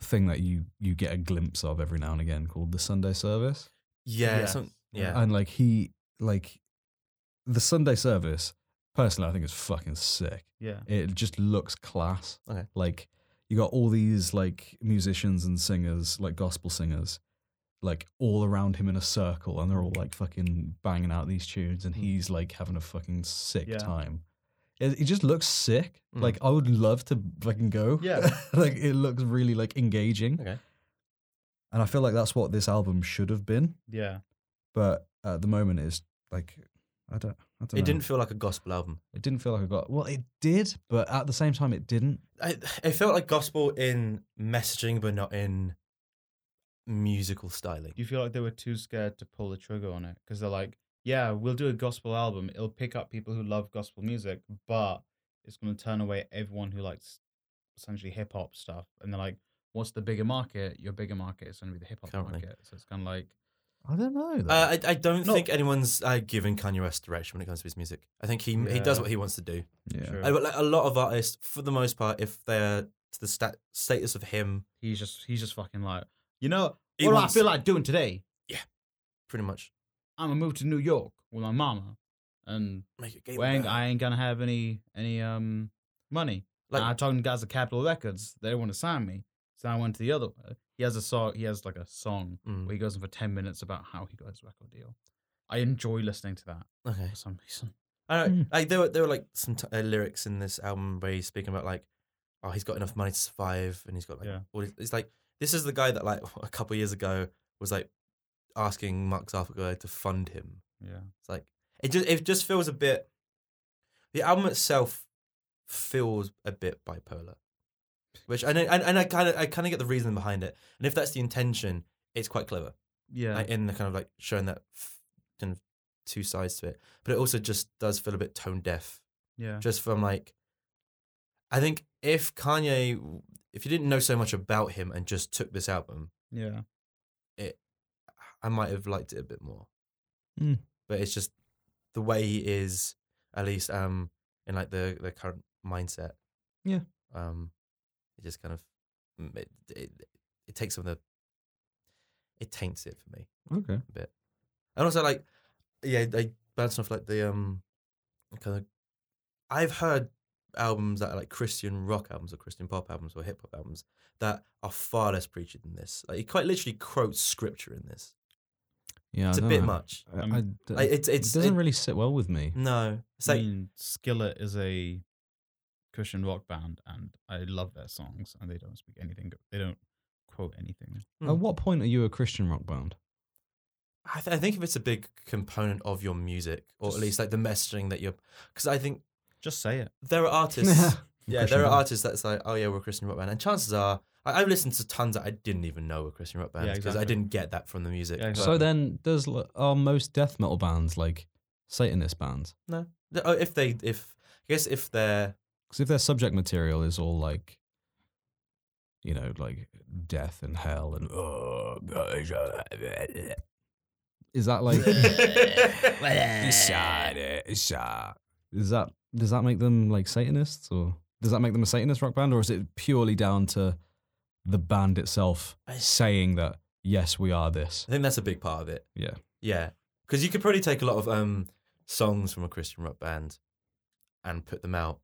[SPEAKER 1] thing that you you get a glimpse of every now and again called the Sunday service.
[SPEAKER 3] yeah,
[SPEAKER 2] Yes.
[SPEAKER 3] some- yeah.
[SPEAKER 1] and like he like the Sunday service personally I think is fucking sick.
[SPEAKER 2] yeah,
[SPEAKER 1] It just looks class.
[SPEAKER 3] Okay.
[SPEAKER 1] Like you got all these like musicians and singers, like gospel singers, like all around him in a circle and they're all like fucking banging out these tunes and
[SPEAKER 3] Mm.
[SPEAKER 1] he's like having a fucking sick
[SPEAKER 2] Yeah.
[SPEAKER 1] time. It, it just looks sick.
[SPEAKER 3] Mm.
[SPEAKER 1] Like I would love to fucking go.
[SPEAKER 2] Yeah.
[SPEAKER 1] like it looks really like engaging.
[SPEAKER 3] Okay.
[SPEAKER 1] And I feel like that's what this album should have been
[SPEAKER 2] yeah.
[SPEAKER 1] but at the moment it's like I don't I don't know.
[SPEAKER 3] It didn't feel like a gospel album.
[SPEAKER 1] it didn't feel like I got well it did but at the same time it didn't
[SPEAKER 3] I, it felt like gospel in messaging, but not in musical styling. Uh,
[SPEAKER 2] Do you feel like they were too scared to pull the trigger on it because they're like, yeah, we'll do a gospel album. It'll pick up people who love gospel music, but it's going to turn away everyone who likes essentially hip hop stuff. And they're like, what's the bigger market? Your bigger market is going to be the hip hop
[SPEAKER 3] Currently.
[SPEAKER 2] market. So it's kind of like,
[SPEAKER 1] I don't know though.
[SPEAKER 3] Uh, I, I don't
[SPEAKER 2] No.
[SPEAKER 3] think anyone's uh, given Kanye West direction when it comes to his music. I think he he does
[SPEAKER 2] Yeah.
[SPEAKER 3] what he wants to do.
[SPEAKER 1] yeah
[SPEAKER 2] true.
[SPEAKER 3] I, but like, a lot of artists, for the most part, if they're to the stat- status of him,
[SPEAKER 2] he's just he's just fucking like, you know,
[SPEAKER 3] He
[SPEAKER 2] what do I
[SPEAKER 3] wants-
[SPEAKER 2] feel like doing today?
[SPEAKER 3] pretty much
[SPEAKER 2] I'm gonna move to New York with my mama, and
[SPEAKER 3] make it
[SPEAKER 2] we ain't, I ain't gonna have any any um money.
[SPEAKER 3] Like-
[SPEAKER 2] and I talking to guys at Capitol Records, they want to sign me, so I went to the other. one. He has a song. He has like a song
[SPEAKER 3] Mm.
[SPEAKER 2] where he goes on for ten minutes about how he got his record deal. I enjoy listening to that
[SPEAKER 3] Okay.
[SPEAKER 2] for some reason.
[SPEAKER 3] I don't know. Like there were there were like some t- uh, lyrics in this album where he's speaking about like, oh, he's got enough money to survive, and he's got like,
[SPEAKER 2] Yeah.
[SPEAKER 3] all these- it's like this is the guy that like a couple years ago was like asking Mark Zuckerberg to fund him.
[SPEAKER 2] Yeah,
[SPEAKER 3] It's like it just it just feels a bit. The album itself feels a bit bipolar, which and I, and, and I kind of I kind of get the reason behind it, and if that's the intention, it's quite clever
[SPEAKER 2] yeah,
[SPEAKER 3] like, in the kind of like showing that f- kind of two sides to it, but it also just does feel a bit tone deaf
[SPEAKER 2] yeah,
[SPEAKER 3] just from like i think if kanye if you didn't know so much about him and just took this album
[SPEAKER 2] yeah.
[SPEAKER 3] i might have liked it a bit more
[SPEAKER 1] Hmm.
[SPEAKER 2] Mm.
[SPEAKER 3] but it's just the way he is at least um in like the the current mindset
[SPEAKER 1] Yeah.
[SPEAKER 3] um it just kind of mm, it it, it takes some of the it taints it for me
[SPEAKER 1] okay
[SPEAKER 3] a bit and also like yeah they bounce off like the um kind of I've heard albums that are like Christian rock albums or Christian pop albums or hip hop albums that are far less preachy than this. Like he quite literally quotes scripture in this.
[SPEAKER 1] yeah I
[SPEAKER 3] It's a
[SPEAKER 1] don't
[SPEAKER 3] bit
[SPEAKER 1] know.
[SPEAKER 3] much.
[SPEAKER 1] I,
[SPEAKER 2] Um,
[SPEAKER 1] I d-
[SPEAKER 3] Like it's
[SPEAKER 1] it
[SPEAKER 3] it's
[SPEAKER 1] doesn't
[SPEAKER 3] it- Mm-hmm.
[SPEAKER 1] really sit well with me
[SPEAKER 3] no. It's
[SPEAKER 2] I
[SPEAKER 3] like
[SPEAKER 2] mean, Skillet is a Christian rock band, and I love their songs, and they don't speak anything. They don't quote anything.
[SPEAKER 3] hmm.
[SPEAKER 1] at what point are you a Christian rock band
[SPEAKER 3] I, th- I think if it's a big component of your music or at
[SPEAKER 2] Just-
[SPEAKER 3] least like the messaging that you're because I think
[SPEAKER 2] Just say it.
[SPEAKER 3] there are artists. yeah,
[SPEAKER 1] Christian
[SPEAKER 3] there are
[SPEAKER 1] rock.
[SPEAKER 3] artists that's like oh yeah we're a Christian rock band and chances are. I- I've listened to tons that I didn't even know were Christian rock bands because I
[SPEAKER 2] exactly.
[SPEAKER 3] didn't get that from the music.
[SPEAKER 2] Yeah,
[SPEAKER 3] But-
[SPEAKER 1] so then does l- are most death metal bands like Satanist bands
[SPEAKER 3] Th- oh, if they if I guess if they're
[SPEAKER 1] because if their subject material is all like you know like death and hell and oh, is that like eh. Is that does that make them like Satanists or does that make them a Satanist rock band, or is it purely down to the band itself
[SPEAKER 3] I-
[SPEAKER 1] saying that yes, we are this?
[SPEAKER 3] I think that's a big part of it.
[SPEAKER 1] Yeah.
[SPEAKER 3] Yeah. Because you could probably take a lot of um, songs from a Christian rock band and put them out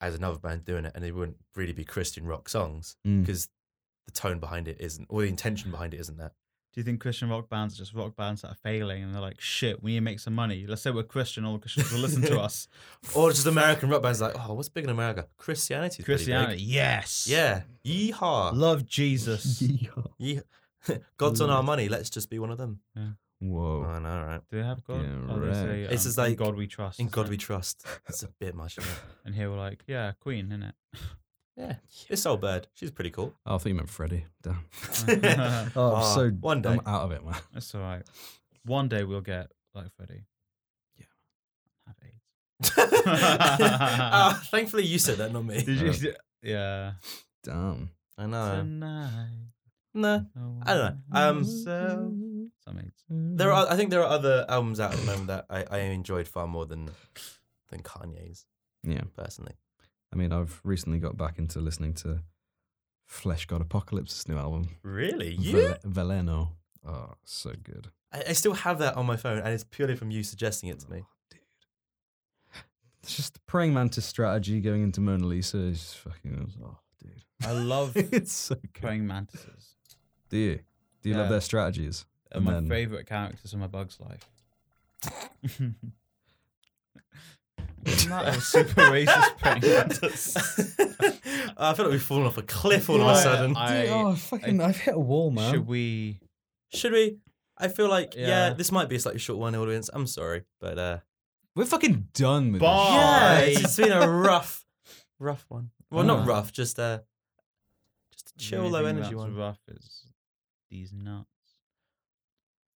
[SPEAKER 3] as another band doing it, and they wouldn't really be Christian rock songs
[SPEAKER 1] Mm.
[SPEAKER 3] because the tone behind it isn't, or the intention behind it isn't that.
[SPEAKER 2] Do you think Christian rock bands are just rock bands that are failing and they're like, shit, we need to make some money? Let's say we're Christian, all the Christians will listen to us.
[SPEAKER 3] Or just American rock bands like, oh, what's big in America? Christianity's pretty big.
[SPEAKER 2] Christianity, yes.
[SPEAKER 3] Yeah. Yeehaw.
[SPEAKER 2] Love Jesus. Do
[SPEAKER 3] Yee- God's on
[SPEAKER 1] Mm.
[SPEAKER 3] our money. Let's just be one of them.
[SPEAKER 4] Whoa.
[SPEAKER 3] I know, right?
[SPEAKER 2] they have God?
[SPEAKER 4] Yeah,
[SPEAKER 2] Oh, they
[SPEAKER 4] right.
[SPEAKER 2] say,
[SPEAKER 3] It's
[SPEAKER 2] um,
[SPEAKER 3] just
[SPEAKER 2] "In
[SPEAKER 3] like-
[SPEAKER 2] God we trust.
[SPEAKER 3] In God
[SPEAKER 2] isn't
[SPEAKER 3] we
[SPEAKER 2] it?
[SPEAKER 3] trust. It's a bit much. Isn't it?
[SPEAKER 2] And here we're like, yeah, Queen, innit?
[SPEAKER 3] Yeah. It's so bad. She's pretty cool.
[SPEAKER 1] Oh, I thought you meant Freddie. Damn.
[SPEAKER 2] That's
[SPEAKER 1] Oh, I'm
[SPEAKER 3] Ah,
[SPEAKER 1] so
[SPEAKER 3] one day.
[SPEAKER 1] I'm out of it, man.
[SPEAKER 2] all right. One day we'll get like Freddie.
[SPEAKER 1] Yeah.
[SPEAKER 2] Have AIDS.
[SPEAKER 3] Ah, thankfully, you said that, not me.
[SPEAKER 2] Did
[SPEAKER 1] Uh,
[SPEAKER 2] you? Yeah.
[SPEAKER 1] Damn.
[SPEAKER 3] I know.
[SPEAKER 2] Tonight.
[SPEAKER 3] No, Uh. I don't know. Um,
[SPEAKER 2] So, some AIDS.
[SPEAKER 3] there are. I think there are other albums out at the moment that I, I enjoyed far more than than Kanye's.
[SPEAKER 1] Yeah.
[SPEAKER 3] personally.
[SPEAKER 1] I mean, I've recently got back into listening to Flesh God Apocalypse's new album,
[SPEAKER 3] Really,
[SPEAKER 1] Vel- Veleno. Oh, so good.
[SPEAKER 3] I, I still have that on my phone, and it's purely from you suggesting it to me.
[SPEAKER 1] Oh, It's just the praying mantis strategy going into Mona Lisa is just fucking. Oh, dude,
[SPEAKER 2] I love
[SPEAKER 1] it's so good.
[SPEAKER 2] praying mantises.
[SPEAKER 1] Do you? Do you
[SPEAKER 2] Yeah.
[SPEAKER 1] love their strategies?
[SPEAKER 2] They're
[SPEAKER 1] And
[SPEAKER 2] my
[SPEAKER 1] then-
[SPEAKER 2] favorite characters in my Bugs Life. Isn't that a super racist praying mantis?
[SPEAKER 3] I feel like we've fallen off a cliff all of a
[SPEAKER 2] Yeah.
[SPEAKER 3] sudden.
[SPEAKER 2] I-
[SPEAKER 1] oh, fucking! I, have hit a wall, man.
[SPEAKER 2] Should we?
[SPEAKER 3] Should we? I feel like yeah.
[SPEAKER 2] Yeah.
[SPEAKER 3] this might be a slightly short one, audience. I'm sorry, but uh,
[SPEAKER 1] We're fucking done with this.
[SPEAKER 2] Bye.
[SPEAKER 3] yeah,
[SPEAKER 2] Bye.
[SPEAKER 3] Oh, it's, it's been a rough, rough one. Well,
[SPEAKER 1] Ah.
[SPEAKER 3] not rough, just uh, just a
[SPEAKER 2] The
[SPEAKER 3] chill,
[SPEAKER 2] only
[SPEAKER 3] low
[SPEAKER 2] thing
[SPEAKER 3] energy
[SPEAKER 2] that's
[SPEAKER 3] one.
[SPEAKER 2] Rough is these nuts.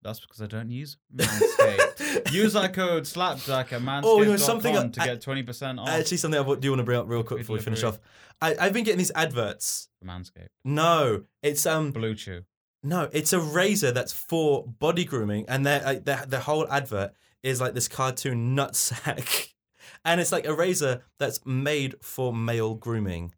[SPEAKER 2] That's because I don't use Manscaped. use our code Slapjack at Manscaped
[SPEAKER 3] Oh, no, something I-
[SPEAKER 2] to get twenty percent off.
[SPEAKER 3] Actually, something I wa- do want to bring up real quick before we finish off.
[SPEAKER 2] Delivery.
[SPEAKER 3] I, I've been getting these adverts.
[SPEAKER 2] for Manscaped
[SPEAKER 3] No, it's um,
[SPEAKER 2] Blue Chew.
[SPEAKER 3] no, it's a razor that's for body grooming, and their uh, their, their whole advert is like this cartoon nutsack, and it's like a razor that's made for male grooming.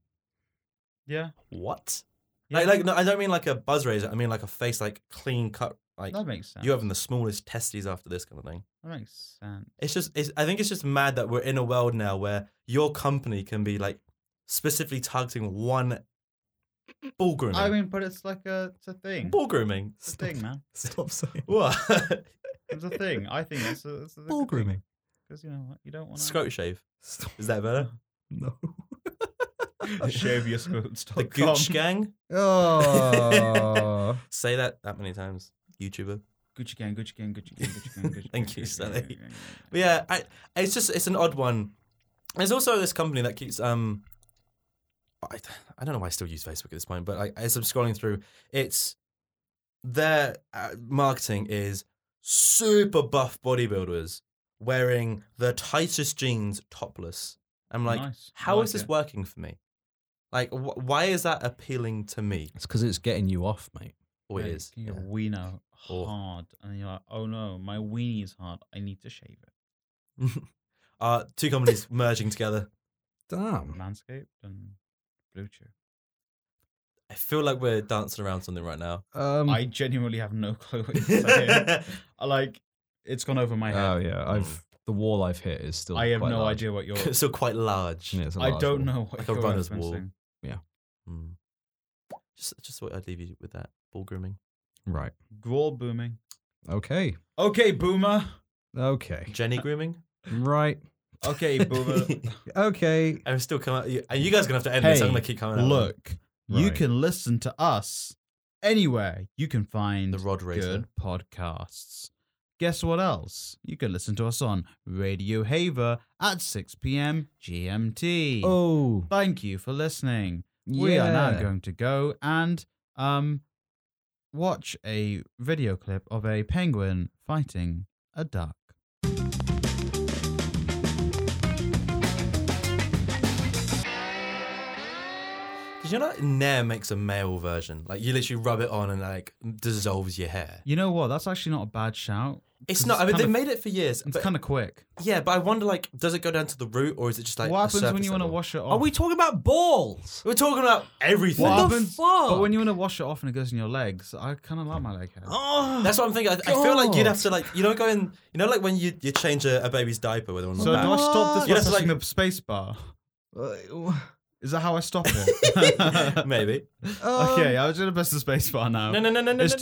[SPEAKER 2] Yeah,
[SPEAKER 3] What?
[SPEAKER 2] yeah
[SPEAKER 3] Like, like no, I don't mean like a buzz razor. I mean like a face, like clean cut. Like
[SPEAKER 2] that makes sense.
[SPEAKER 3] you having the smallest testes after this kind of thing.
[SPEAKER 2] that makes sense.
[SPEAKER 3] It's just, it's, I think it's just mad that we're in a world now where your company can be like specifically targeting one ball grooming.
[SPEAKER 2] I mean, but it's like a it's a thing.
[SPEAKER 3] ball grooming.
[SPEAKER 2] It's a thing, man.
[SPEAKER 1] Stop saying
[SPEAKER 3] What?
[SPEAKER 2] It's a thing. I think it's a, it's a
[SPEAKER 1] ball grooming.
[SPEAKER 2] because you know what you don't want to
[SPEAKER 3] Scrote shave.
[SPEAKER 1] Stop.
[SPEAKER 3] Is that better?
[SPEAKER 1] No.
[SPEAKER 2] shave your scrotes.
[SPEAKER 3] The Gooch Gang.
[SPEAKER 1] Oh.
[SPEAKER 3] Say that that many times. YouTuber.
[SPEAKER 2] Gucci gang, Gucci gang, Gucci gang, Gucci gang, Gucci gang.
[SPEAKER 3] Thank
[SPEAKER 2] Gucci
[SPEAKER 3] you,
[SPEAKER 2] gang,
[SPEAKER 3] Sally.
[SPEAKER 2] Gucci gang, Gucci
[SPEAKER 3] But
[SPEAKER 2] gang.
[SPEAKER 3] yeah, I, it's just it's an odd one. There's also this company that keeps um, I, I don't know why I still use Facebook at this point, but I, as I'm scrolling through, it's their uh, marketing is super buff bodybuilders wearing the tightest jeans topless. I'm like,
[SPEAKER 2] nice. I
[SPEAKER 3] how is
[SPEAKER 2] like
[SPEAKER 3] this
[SPEAKER 2] it.
[SPEAKER 3] working for me? Like, wh- why is that appealing to me?
[SPEAKER 1] it's because it's getting you off, mate.
[SPEAKER 3] Or it
[SPEAKER 2] Mate,
[SPEAKER 3] is.
[SPEAKER 2] can You
[SPEAKER 3] yeah.
[SPEAKER 2] get wiener
[SPEAKER 3] Or-
[SPEAKER 2] hard, and you're like, oh no, my weenie's hard. I need to shave it.
[SPEAKER 3] Uh, two companies merging together. Um.
[SPEAKER 1] Damn.
[SPEAKER 2] Manscaped and Blue Chew.
[SPEAKER 3] I feel like we're dancing around something right now.
[SPEAKER 1] Um,
[SPEAKER 2] I genuinely have no clue what you're saying. I like, it's gone over my
[SPEAKER 1] Oh
[SPEAKER 2] head.
[SPEAKER 1] yeah, I've the wall I've hit is still.
[SPEAKER 2] I have
[SPEAKER 1] quite
[SPEAKER 2] no
[SPEAKER 1] large.
[SPEAKER 2] idea what you're.
[SPEAKER 3] so quite large.
[SPEAKER 1] Yeah, it's a
[SPEAKER 2] I
[SPEAKER 1] large
[SPEAKER 2] don't
[SPEAKER 1] wall.
[SPEAKER 2] know what
[SPEAKER 3] Like a
[SPEAKER 2] you're
[SPEAKER 3] runner's wall.
[SPEAKER 2] referencing.
[SPEAKER 3] Mm. Just, just thought I'd leave you with that ball grooming.
[SPEAKER 1] Right.
[SPEAKER 2] Growl booming.
[SPEAKER 1] Okay.
[SPEAKER 2] Okay, boomer.
[SPEAKER 1] Okay.
[SPEAKER 3] Jenny grooming.
[SPEAKER 1] Right.
[SPEAKER 2] Okay, boomer.
[SPEAKER 1] Okay.
[SPEAKER 3] I'm still coming. And you guys are gonna have to end this. I'm
[SPEAKER 2] Hey,
[SPEAKER 3] gonna keep coming. at them.
[SPEAKER 2] Look, you
[SPEAKER 1] Right.
[SPEAKER 2] can listen to us anywhere you can find
[SPEAKER 3] the rod razor.
[SPEAKER 2] good podcasts. Guess what else? You can listen to us on Radio Haver at 6 p.m. GMT.
[SPEAKER 1] Oh.
[SPEAKER 2] Thank you for listening. We are now
[SPEAKER 1] yeah.
[SPEAKER 2] going to go and um watch a video clip of a penguin fighting a duck.
[SPEAKER 3] Did you know that Nair makes a male version? Like you literally rub it on and like dissolves your hair.
[SPEAKER 2] You know what? That's actually not a bad shout.
[SPEAKER 3] It's
[SPEAKER 2] 'Cause
[SPEAKER 3] not. I mean,
[SPEAKER 2] kind
[SPEAKER 3] they
[SPEAKER 2] of-
[SPEAKER 3] made it for years.
[SPEAKER 2] It's
[SPEAKER 3] but-
[SPEAKER 2] kind of quick.
[SPEAKER 3] yeah, but I wonder, like, does it go down to the root or is it just like
[SPEAKER 2] what
[SPEAKER 3] a
[SPEAKER 2] happens when
[SPEAKER 3] surface
[SPEAKER 2] you want to
[SPEAKER 3] level?
[SPEAKER 2] wash it off?
[SPEAKER 5] Are we talking about balls?
[SPEAKER 3] We're talking about everything.
[SPEAKER 2] What
[SPEAKER 5] What the
[SPEAKER 2] happens-
[SPEAKER 5] fuck?
[SPEAKER 2] but when you want to wash it off and it goes in your legs, I kind of like my leg hair.
[SPEAKER 5] oh,
[SPEAKER 3] That's what I'm thinking. I, I feel like you'd
[SPEAKER 5] God.
[SPEAKER 3] have to like you don't go in. You know, like when you you change a, a baby's diaper, whether or not.
[SPEAKER 2] So do I stop this
[SPEAKER 3] You
[SPEAKER 2] by
[SPEAKER 3] have to,
[SPEAKER 2] pressing the space bar? Is that how I stop it?
[SPEAKER 3] Maybe.
[SPEAKER 2] okay, I was gonna press the space bar now.
[SPEAKER 3] No, no, no, no, no.
[SPEAKER 2] It's
[SPEAKER 3] no.